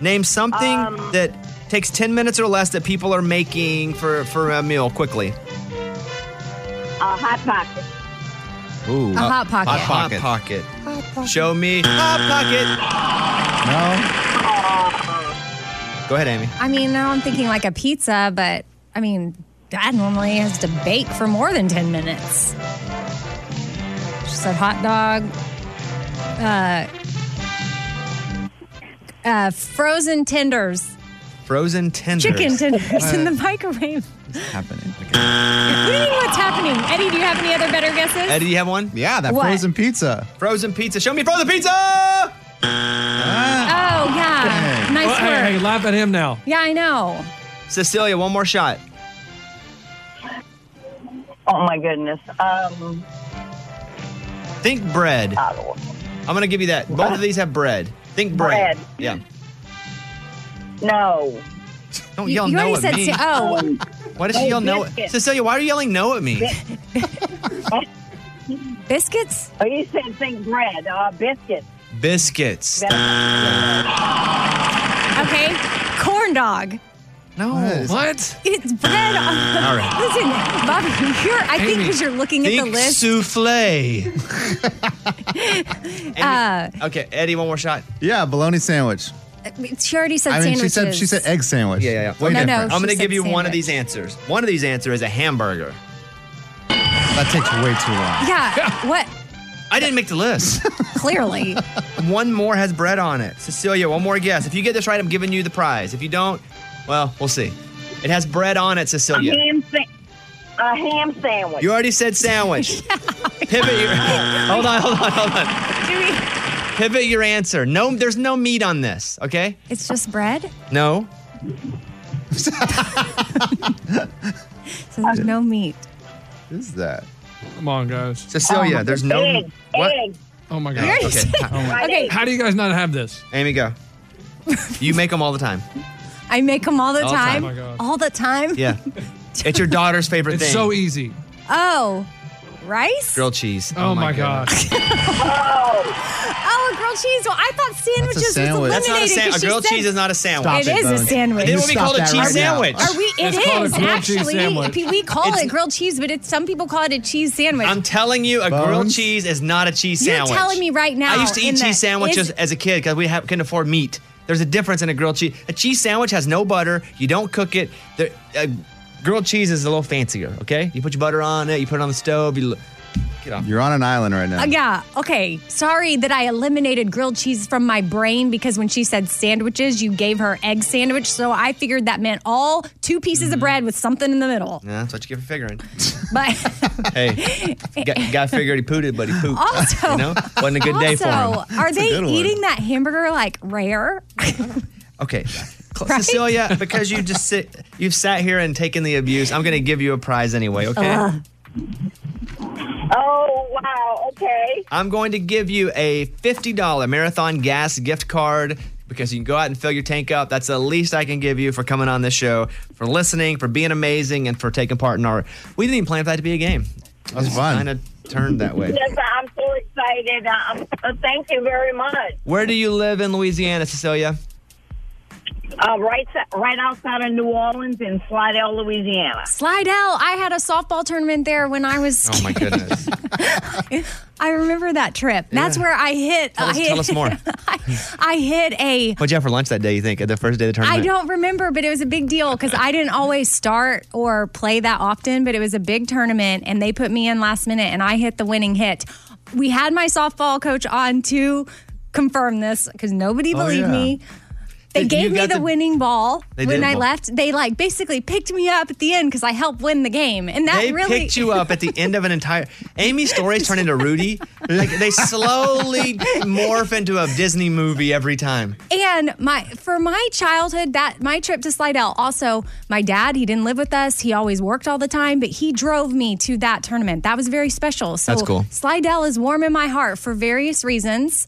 Name something
Um,
that takes 10 minutes or less that people are making for, for a meal quickly.
A uh, hot pocket.
Ooh.
A Hot Pocket. Hot
Hot pocket. Show me hot pocket. No. Go ahead, Amy.
I mean, now I'm thinking like a pizza, but I mean, Dad normally has to bake for more than 10 minutes. She said hot dog, uh, uh, frozen tenders,
Frozen tenders.
chicken tenders in the microwave.
happening.
What do you mean what's happening? Eddie, do you have any other better guesses?
Eddie, you have one?
Yeah,
that What? frozen
pizza.
Frozen pizza. Show me frozen pizza.
Oh, yeah. Nice
Well, hey,
work.
hey, laugh at him now.
Yeah, I know.
Cecilia, one more shot.
Oh my goodness. Um,
Think bread. I'm gonna give you that. Both of these have bread. Think
Bread.
bread. Yeah.
no.
Don't yell no at me.
oh.
Why does she yell no?
Biscuit.
Cecilia, why are you yelling no at me?
Biscuits?
Oh, you said think bread. Uh, biscuits.
Biscuits.
Okay. Corn dog.
No. What?
It's bread on.
All right.
Listen, Bobby, you're, I think
Amy,
because you're looking at the
Think
list.
souffle.
uh,
Okay, Eddie, one more shot.
Yeah, bologna sandwich.
she already said
I mean,
sandwiches.
she said she said egg sandwich. Yeah, yeah,
No, no,
different.
she
I'm gonna
said
give you one of
sandwich.
these answers. One of these answers is a hamburger.
That takes way too long.
Yeah. what?
I didn't make the list.
Clearly.
one more has bread on it. Cecilia, one more guess. If you get this right, I'm giving you the prize. If you don't, well, we'll see. It has bread on it,
A
Cecilia.
ham sa- a ham sandwich.
Oh, You already said sandwich. Pivot your. hold on, hold on, hold on. Pivot your answer. No, there's no meat on this. Okay?
It's just bread?
No.
So there's no meat.
What is that?
Come on, guys.
Cecilia, there's no. what?
Oh my
Yeah,
god.
okay.
Okay.
How do you guys not have this?
Amy, go. You make them all the time.
I make them all the
All the
time.
time. Oh my God.
all the time?
Yeah. It's your daughter's favorite
It's
thing.
so easy.
Oh, rice?
Grilled cheese.
Oh my
god.
Oh, a grilled cheese. Well, I thought sandwiches
sandwich.
was
That's not a
eliminated.
sa-
'cause
a
she
grilled
said-
cheese is not a sandwich.
It
Stop it,
is a
Bones.
sandwich.
It would be You called a stop that cheese right now. sandwich.
Are we? It
It's called a
is,
grilled cheese
actually.
sandwich.
Pe- We call it grilled cheese, but it's some people call it a cheese sandwich.
I'm telling you, a grilled cheese is not a cheese
You're
sandwich.
telling me right now
I used to
in
eat
the-
cheese sandwiches
is-
as a kid because we have, couldn't afford meat. There's a difference in a grilled cheese. A cheese sandwich has no butter. You don't cook it. The, uh, grilled cheese is a little fancier. Okay, you put your butter on it. You put it on the stove. You l- get off.
You're on an island right now.
Uh, yeah. Okay. Sorry that I eliminated grilled cheese from my brain because when she said sandwiches, you gave her egg sandwich. So I figured that meant all two pieces
Mm-hmm.
of bread with something in the middle.
Yeah, that's what you get for figuring.
But
hey, guy, guy figured he pooted, but he pooped.
Also-
you know, wasn't a good day for him.
also, are
It's a
they
good one.
eating that hamburger like rare?
Okay. Cecilia, because you just sit, you've sat here and taken the abuse. I'm going to give you a prize anyway. Okay.
Uh-huh.
Ugh. Oh wow. Okay.
I'm going to give you a $50 marathon gas gift card because you can go out and fill your tank up. That's the least I can give you for coming on this show, for listening, for being amazing, and for taking part in our. We didn't even plan for that to be a game. That was fun. Kind of turned that way.
Yes, I'm so excited. Um, uh, thank you very much.
Where do you live in Louisiana, Cecilia?
Uh, right, s- right outside of New Orleans in Slidell, Louisiana.
Slidell, I had a softball tournament there when I was.
Oh my goodness.
I remember that trip. That's
Yeah.
where I hit.
Tell us,
I hit
tell us more.
I hit a.
What'd you have for lunch that day, you think, at the first day of the
I
tournament?
don't remember, but it was a big deal because I didn't always start or play that often, but it was a big tournament and they put me in last minute and I hit the winning hit. We had my softball coach on to confirm this because nobody
Oh,
believed
yeah.
me. They gave me the, winning ball
They
when
did.
I left. They like basically picked me up at the end because I helped win the game, and that
they
really
picked you up at the end of an entire. Amy's stories turn into Rudy. Like they slowly morph into a Disney movie every time.
And my for my childhood, that my trip to Slidell. Also, my dad, he didn't live with us. He always worked all the time, but he drove me to that tournament. That was very special. So
That's cool.
Slidell is warm in my heart for various reasons.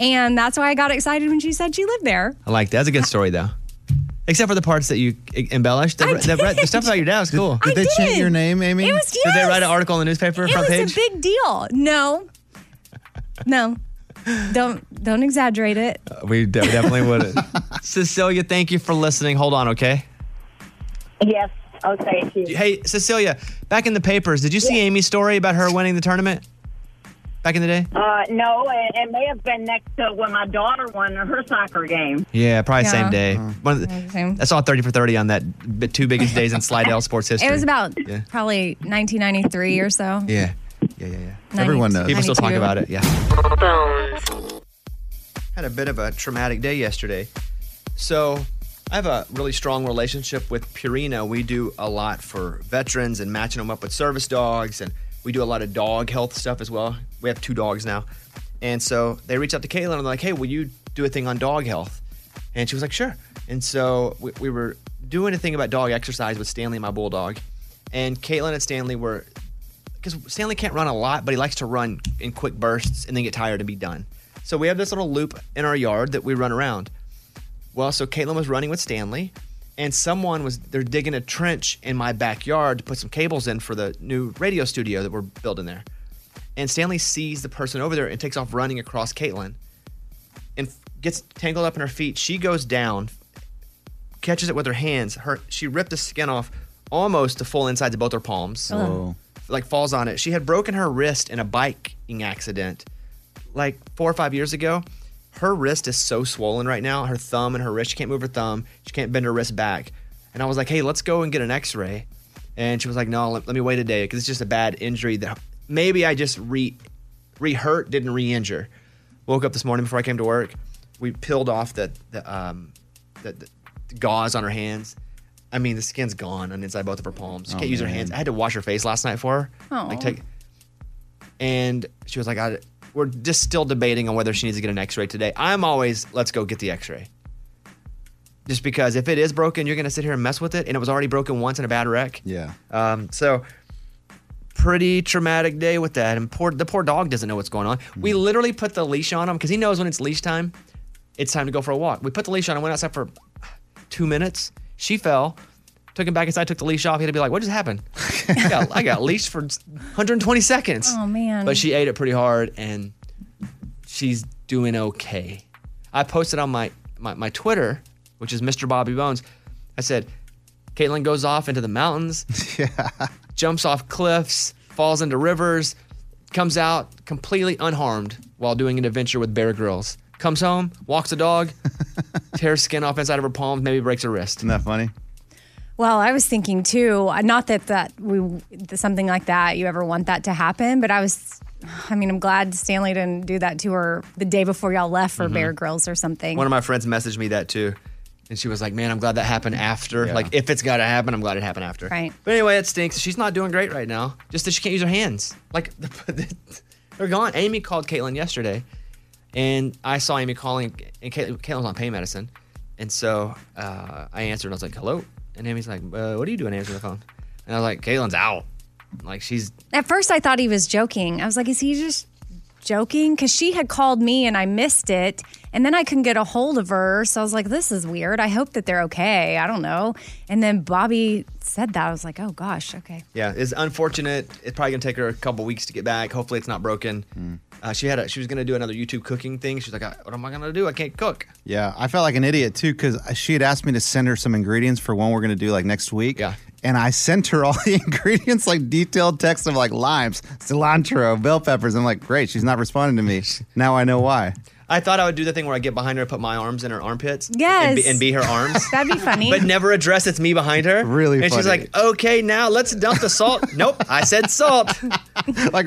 And that's why I got excited when she said she lived there.
I like that. that's a good story though. Except for the parts that you e- embellished. The, the, the stuff about your dad was cool.
Did- did I they change did. your name, Amy? It was-
Did they
yes.
write an article in the newspaper
it
front
was
page?
a big deal. No. No. Don't don't exaggerate it.
We de- definitely wouldn't. Cecilia, thank you for listening. Hold on, okay?
Yes. Oh, thank you.
Hey, Cecilia, back in the papers, did you see Amy's story about her winning the tournament back in the day?
Uh, no, it, it may have been next to when my daughter won her soccer game.
Yeah, probably same
Yeah.
day.
Uh-huh.
One of the, I saw 30 for 30 on that b- two biggest days in Slidell sports history.
It was about
Yeah.
probably 1993 or so.
Yeah. Yeah, yeah, yeah. Everyone knows. People still talk
92.
about it. Yeah. Had a bit of a traumatic day yesterday. So I have a really strong relationship with Purina. We do a lot for veterans and matching them up with service dogs, and we do a lot of dog health stuff as well. We have two dogs now. And so they reached out to Caitlin and they're like, hey, will you do a thing on dog health? And she was like, sure. And so we, we were doing a thing about dog exercise with Stanley, my bulldog. And Caitlin and Stanley were because Stanley can't run a lot, but he likes to run in quick bursts and then get tired and be done. So we have this little loop in our yard that we run around. Well, so Caitlin was running with Stanley, and someone was they're digging a trench in my backyard to put some cables in for the new radio studio that we're building there. And Stanley sees the person over there and takes off running across Caitlin and f- gets tangled up in her feet. She goes down, catches it with her hands. Her she ripped the skin off almost the full insides of both her palms.
Oh.
Like falls on it. She had broken her wrist in a biking accident like four or five years ago. Her wrist is so swollen right now. Her thumb and her wrist. She can't move her thumb. She can't bend her wrist back. And I was like, hey, let's go and get an x ray. And she was like, no, let, let me wait a day because it's just a bad injury that maybe I just re re hurt, didn't re injure. Woke up this morning before I came to work. We peeled off the, the, um, the, the gauze on her hands. I mean, the skin's gone on the inside both of her palms. She
Oh,
can't use her
man.
hands. I had to wash her face last night for her.
Aw.
Oh,
Like, take, and she was like, I, we're just still debating on whether she needs to get an x ray today. I'm always, let's go get the x ray. Just because if it is broken, you're going to sit here and mess with it. And it was already broken once in a bad wreck.
Yeah.
Um, so, pretty traumatic day with that. And poor, the poor dog doesn't know what's going on. We literally put the leash on him because he knows when it's leash time, it's time to go for a walk. We put the leash on him, went outside for two minutes. She fell, took him back inside, took the leash off. He had to be like, what just happened? I, got, I got leashed for 120 seconds.
Oh man.
But she ate it pretty hard and she's doing okay. I posted on my, my, my Twitter, which is Mr. Bobby Bones. I said, Caitlin goes off into the mountains, jumps off cliffs, falls into rivers, comes out completely unharmed while doing an adventure with Bear Grylls. Comes home, walks the dog, tears skin off inside of her palms, maybe breaks her wrist. Isn't
that funny?
Well, I was thinking too. uh, Not that that we that something like that you ever want that to happen, but I was. I mean, I'm glad Stanley didn't do that to her the day before y'all left for
Mhm.
Bear Grylls or something.
One of my friends messaged me that too. And she was like, man, I'm glad that happened after. Like, if it's got to happen, I'm glad it happened after.
Right.
But anyway, it stinks. She's not doing great right now. Just that she can't use her hands. Like, they're gone. Amy called Caitlin yesterday, and I saw Amy calling, and Caitlin, Caitlin's on pain medicine. And so uh, I answered, and I was like, hello. And Amy's like, uh, what are you doing answering the phone? And I was like, Caitlin's out. Like, she's
At first, I thought he was joking. I was like, is he just joking? Because she had called me and I missed it. And then I couldn't get a hold of her. So I was like, this is weird. I hope that they're okay. I don't know. And then Bobby said that. I was like, oh gosh, okay.
Yeah, it's unfortunate. It's probably gonna take her a couple weeks to get back. Hopefully, it's not broken.
Mm.
Uh, she had a, she was gonna do another YouTube cooking thing. She's like, "I- what am I gonna do? I can't cook.
Yeah, I felt like an idiot too because she had asked me to send her some ingredients for one we're going to do like next week. Yeah. And I sent her all the ingredients, like detailed text of like limes, cilantro, bell peppers. I'm like, great, she's not responding to me. now I know why.
I thought I would do the thing where I get behind her and put my arms in her armpits.
Yes.
And be, and be her arms.
That'd be funny.
But never address it's me behind her. Really And she's
funny.
like, okay, now let's dump the salt. nope, I said salt.
like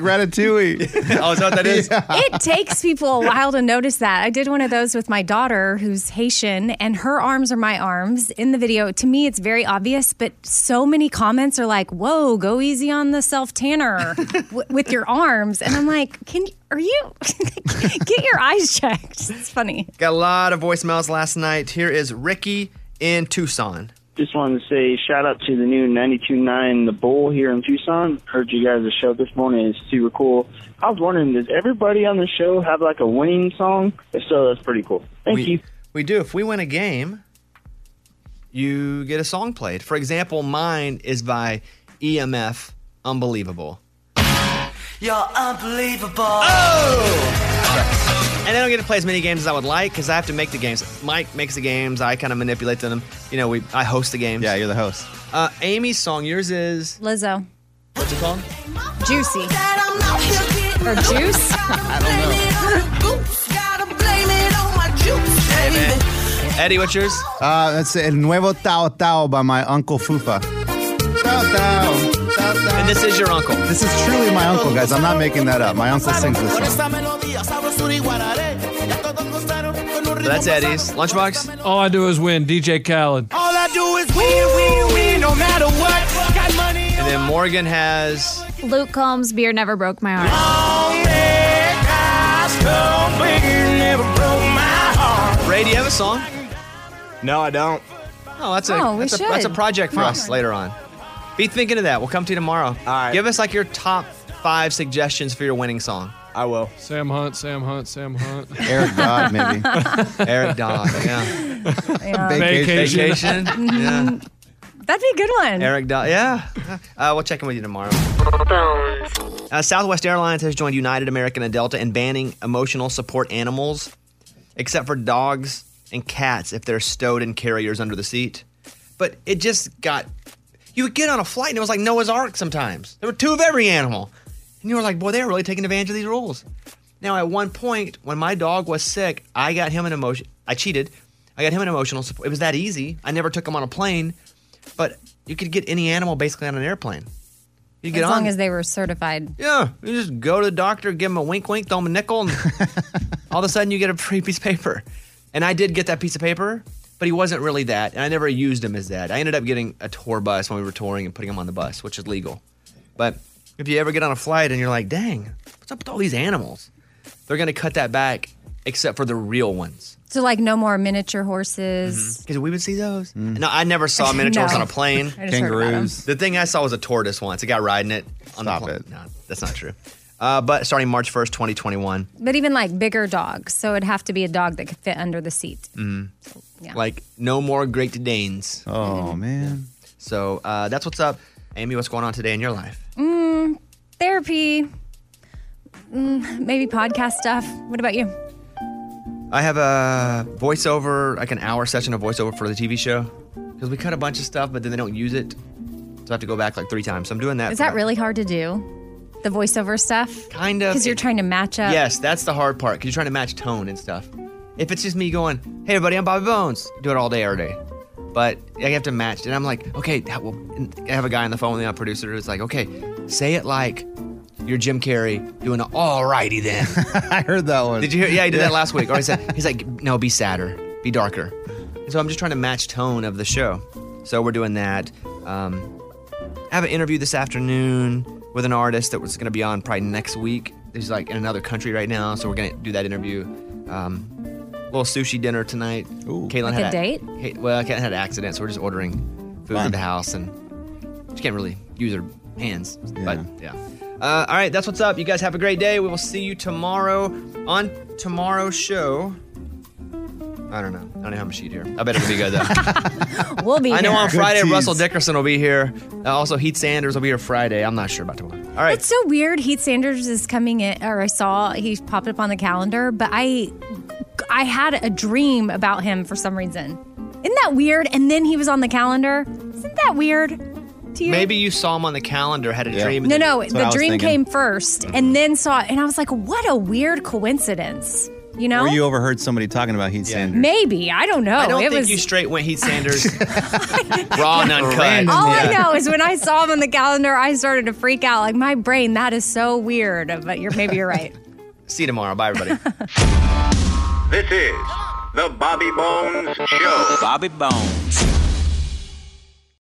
Ratatouille.
oh, is that what that is?
It takes people a while to notice that. I did one of those with my daughter, who's Haitian, and her arms are my arms in the video. To me, it's very obvious, but so many comments are like, "Whoa, go easy on the self tanner w- with your arms," and I'm like, "Can you- are you get your eyes checked?" It's funny.
Got a lot of voicemails last night. Here is Ricky in Tucson.
Just wanted to say shout out to the new 92.9 The Bull here in Tucson. Heard you guys' show this morning. It's super cool. I was wondering, does everybody on the show have like a winning song? If so, that's pretty cool. Thank
we,
you.
We do. If we win a game, you get a song played. For example, mine is by EMF Unbelievable.
You're unbelievable.
And I don't get to play as many games as I would like because I have to make the games. Mike makes the games. I kind of manipulate them. You know, we I host the games. Yeah,
you're the host.
Uh, Amy's song, yours is
Lizzo,
what's it called?
juicy or juice.
I don't know. Eddie, what's yours?
Uh, that's El Nuevo Tao Tao by my Uncle Fufa.
And this is your uncle.
This is truly my uncle, guys. I'm not making that up. My uncle sings this song.
So that's Eddie's. Lunchbox?
All I do is win. DJ Khaled.
All I do is win, win, win, no matter what. Got money.
And then Morgan has.
Luke Combs, beer never broke my heart.
Ray, do you have a song?
No, I don't.
Oh, that's a,
Oh, we
that's, a that's a
should.
project for
Huh.
us later on. Be thinking of that. We'll come to you tomorrow. All right. Give us like your top five suggestions for your winning song. I will.
Sam Hunt, Sam Hunt, Sam Hunt.
Eric Dodd, maybe. Eric Dodd, yeah.
Vacation.
Vacation. yeah.
Mm-hmm. That'd be a good one.
Eric Dodd, yeah. Uh, we'll check in with you tomorrow. Uh, Southwest Airlines has joined United, American, and Delta in banning emotional support animals, except for dogs and cats if they're stowed in carriers under the seat. But it just got. You would get on a flight and it was like Noah's Ark sometimes. There were two of every animal. And you were like, boy, they're really taking advantage of these rules. Now, at one point, when my dog was sick, I got him an emotion. I cheated. I got him an emotional support. It was that easy. I never took him on a plane, but you could get any animal basically on an airplane. You get
as
on.
long as they were certified.
Yeah, you just go to the doctor, give him a wink, wink, throw him a nickel, and all of a sudden you get a free piece of paper. And I did get that piece of paper, but he wasn't really that, and I never used him as that. I ended up getting a tour bus when we were touring and putting him on the bus, which is legal. But if you ever get on a flight and you're like, "Dang, what's up with all these animals?" They're gonna cut that back, except for the real ones.
So like no more miniature horses.
Because we would see those. No, I never saw miniatures
No.
on a plane.
I just heard about 'em. Kangaroos.
The thing I saw was a tortoise once. A guy riding it on the plane. No, that's not true. Uh, but starting March 1st, 2021,
But even like bigger dogs. So it'd have to be a dog that could fit under the seat.
mm,
Yeah.
like no more Great Danes.
Oh, man.
So uh, that's what's up. Amy, what's going on today in your life?
Mm, therapy. Mm, maybe podcast stuff. What about you?
I have a voiceover, like an hour session of voiceover for the TV show. Because we cut a bunch of stuff, but then they don't use it. So I have to go back like three times. So I'm doing that.
Is
for
that really hard to do? The voiceover stuff?
Kind of.
Because you're trying to match up.
Yes, that's the hard part because you're trying to match tone and stuff. If it's just me going, "Hey, everybody, I'm Bobby Bones," do it all day, every day. But I have to match, and I'm like, "Okay, that will." and I have a guy on the phone, the producer, who's like, "Okay, say it like you're Jim Carrey doing an all righty then."
I heard that one.
Did you hear? Yeah, he did that last week. Or he said, he's like, "No, be sadder, be darker." And so I'm just trying to match tone of the show. So we're doing that. Um, I have an interview this afternoon with an artist that was going to be on probably next week. He's like in another country right now, so we're going to do that interview. Um, little sushi dinner tonight. Ooh. Caitlin
Like
had
a date?
Hey, well, Caitlin had an accident, so we're just ordering food at the house, and she can't really use her hands. But yeah. Uh, all right, that's what's up. You guys have a great day. We will see you tomorrow on tomorrow's show. I don't know. I don't know how much sheet here. I bet it'll be good though.
We'll be
I know
here.
on Friday Russell Dickerson will be here. Uh, also Heath Sanders will be here Friday. I'm not sure about tomorrow. All right.
It's so weird. Heath Sanders is coming in, or I saw he popped up on the calendar, but I, I had a dream about him for some reason. Isn't that weird? And then he was on the calendar. Isn't that weird? To you?
Maybe you saw him on the calendar, had a dream.
No,
Mm-hmm.
no. The dream came first, and then saw, it, and I was like, "What a weird coincidence." You know,
Or you overheard somebody talking about Heath Sanders.
maybe I don't know.
I don't
Oh, it
think
was
you straight went Heath Sanders raw and uncut.
All I know is when I saw him on the calendar, I started to freak out. Like my brain, that is so weird. But you're maybe you're right.
See you tomorrow. Bye, everybody.
This is the Bobby Bones Show. Bobby Bones.